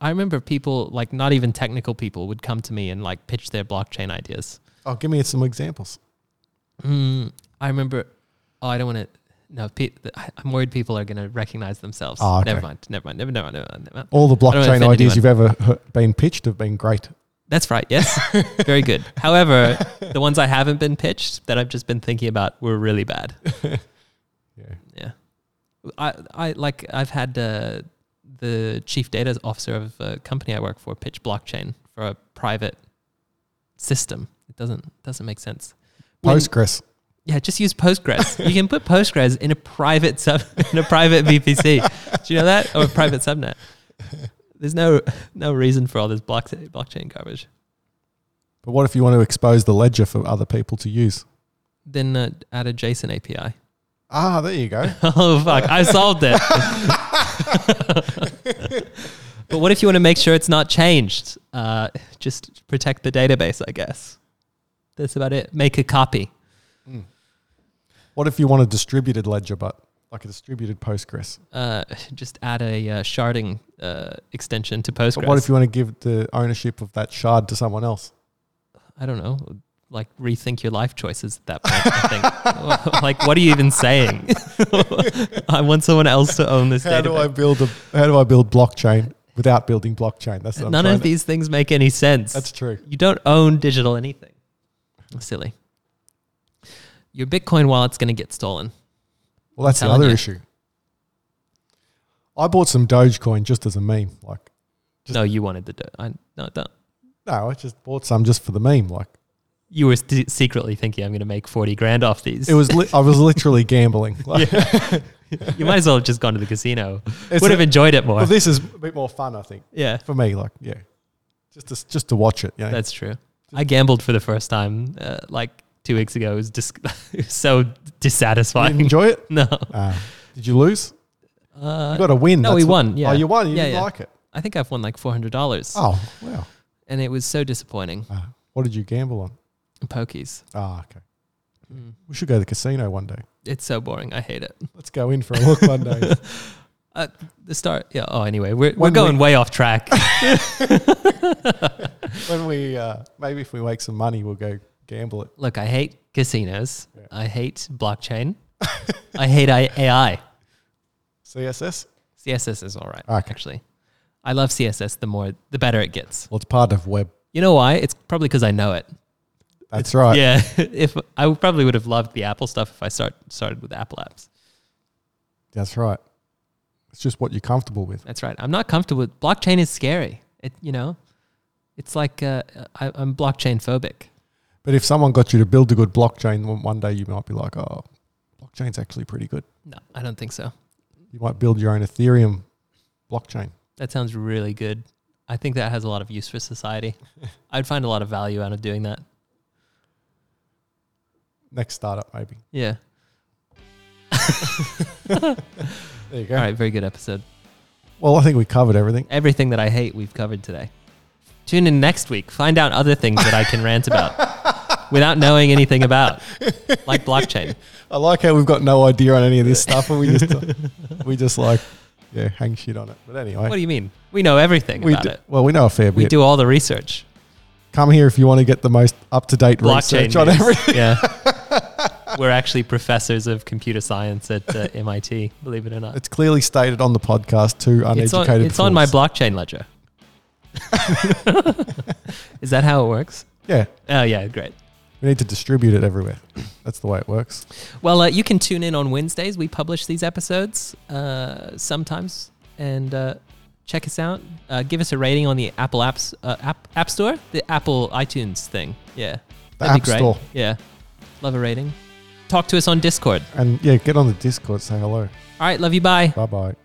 S1: I remember people like not even technical people would come to me and like pitch their blockchain ideas.
S2: Oh, give me some examples.
S1: Mm, I remember. Oh, I don't want to. No, pe- I- I'm worried people are going to recognize themselves.
S2: Ah, okay.
S1: Never mind. Never mind. Never, never, mind, never mind. Never mind.
S2: All the
S1: wanna
S2: blockchain
S1: offend
S2: ideas you've ever he- been pitched have been great.
S1: That's right. Yes. Very good. However, the ones I haven't been pitched that I've just been thinking about were really bad.
S2: Yeah.
S1: Yeah. I, I like, I've had uh, the chief data officer of a company I work for pitch blockchain for a private system. It doesn't, doesn't make sense. When-
S2: Postgres.
S1: Yeah, just use Postgres. you can put Postgres in a private sub [laughs] in a private VPC. Do you know that or a private subnet? There's no no reason for all this block, blockchain garbage.
S2: But what if you want to expose the ledger for other people to use?
S1: Then uh, add a JSON API.
S2: Ah, there
S1: [laughs]
S2: you go.
S1: oh fuck! I solved it. [laughs] but what if you want to make sure it's not changed? Uh, just protect the database, I guess. That's about it. Make a copy.
S2: what if you want a distributed ledger, but like a distributed Postgres?
S1: Uh, just add a uh, sharding uh, extension to Postgres.
S2: But what if you want to give the ownership of that shard to someone else?
S1: I don't know, like rethink your life choices at that point. I think, [laughs] like, what are you even saying?
S2: [laughs]
S1: I want someone else to own this
S2: How do I [laughs]
S1: database.
S2: build a How do I build blockchain without building blockchain? That's what I'm
S1: None
S2: trying
S1: of
S2: to-
S1: these things make any sense.
S2: That's true.
S1: You don't own digital anything. Silly. Your Bitcoin wallet's going to get stolen.
S2: Well, that's the
S1: telling
S2: other
S1: you.
S2: issue. I bought some Dogecoin just as a meme. Like, Just-
S1: no, you wanted the do- I no, don't.
S2: no, I just bought some just for the meme. Like,
S1: You were st- secretly thinking I'm going to make forty grand off these.
S2: it was. Li- I was literally gambling. Like,
S1: you might as well have just gone to the casino.
S2: It's
S1: Would have
S2: a-
S1: enjoyed it more.
S2: well, this is a bit more fun, I think,
S1: yeah,
S2: for me. Like, yeah, just to, just to watch it. You know?
S1: that's true. I gambled for the first time uh, like two weeks ago. It was just [laughs] it was so
S2: You didn't
S1: dissatisfying.
S2: enjoy it.
S1: No,
S2: Uh, did you lose?
S1: uh,
S2: You got to win.
S1: no,
S2: that's
S1: we
S2: what-
S1: won, yeah.
S2: Oh, you won. You
S1: Yeah,
S2: didn't
S1: yeah.
S2: like it.
S1: I think I've won like four hundred dollars,
S2: Oh, wow.
S1: and it was so disappointing.
S2: Uh, what did you gamble on?
S1: Pokies.
S2: Ah, okay.
S1: Mm.
S2: We should go to the casino one day.
S1: It's so boring. I hate it.
S2: Let's go in for a look one day.
S1: [laughs] The start. Yeah. Oh, anyway, we're, we're
S2: When we-
S1: going way off track. [laughs]
S2: when we uh, maybe if we make some money, we'll go gamble it.
S1: Look, I hate casinos.
S2: Yeah.
S1: I hate blockchain. [laughs] I hate I- AI.
S2: CSS.
S1: CSS is all right,
S2: Okay.
S1: actually. I love CSS. The more, the better it gets.
S2: Well, it's part of web.
S1: You know why? It's probably because I know it.
S2: That's right.
S1: Yeah. [laughs] if I would- probably would have loved the Apple stuff if I start started with Apple apps.
S2: That's right. It's just what you're comfortable with.
S1: That's right. I'm not comfortable with blockchain. Is scary. It you know, it's like uh, I, I'm blockchain phobic.
S2: But if someone got you to build a good blockchain, one- one day you might be like, oh, blockchain's actually pretty good.
S1: No, I don't think so.
S2: You might build your own Ethereum blockchain.
S1: That sounds really good. I think that has a lot of use for
S2: [laughs]
S1: society. I'd find a lot of value out of doing that.
S2: Next startup, maybe.
S1: Yeah.
S2: There you go.
S1: All right. Very good episode.
S2: Well, I think we covered everything.
S1: Everything that I hate, we've covered today. Tune in next week. Find out other things that I can rant about
S2: [laughs]
S1: without knowing anything about, like blockchain.
S2: I like how we've got no idea on any [laughs] of this stuff, and we just uh, we just like yeah, hang shit on it. But anyway,
S1: What do you mean? We know everything
S2: we
S1: about
S2: do,
S1: it.
S2: well we know a fair
S1: We
S2: bit.
S1: do all the research.
S2: Come here if you want to get the most up to date
S1: Blockchain.
S2: research on
S1: news.
S2: everything. [laughs]
S1: Yeah. We're actually professors of computer science at
S2: [laughs]
S1: uh, MIT, believe it or not.
S2: It's clearly stated on the podcast to uneducated.
S1: It's on, it's on my
S2: fools.
S1: blockchain
S2: [laughs]
S1: ledger. [laughs] Is that how it works?
S2: Yeah,
S1: Oh, yeah, great.
S2: we need to distribute it everywhere. That's the way it works.
S1: Well, uh, you can tune in on Wednesdays. We publish these episodes uh, sometimes, and uh, check us out. Uh, give us a rating on the Apple apps uh, app app store, the Apple iTunes thing. Yeah,
S2: The
S1: that'd
S2: App
S1: be great.
S2: Store.
S1: Yeah, love a rating. Talk to us on Discord.
S2: And yeah, get on the Discord, say hello.
S1: All right, love you. Bye.
S2: Bye bye.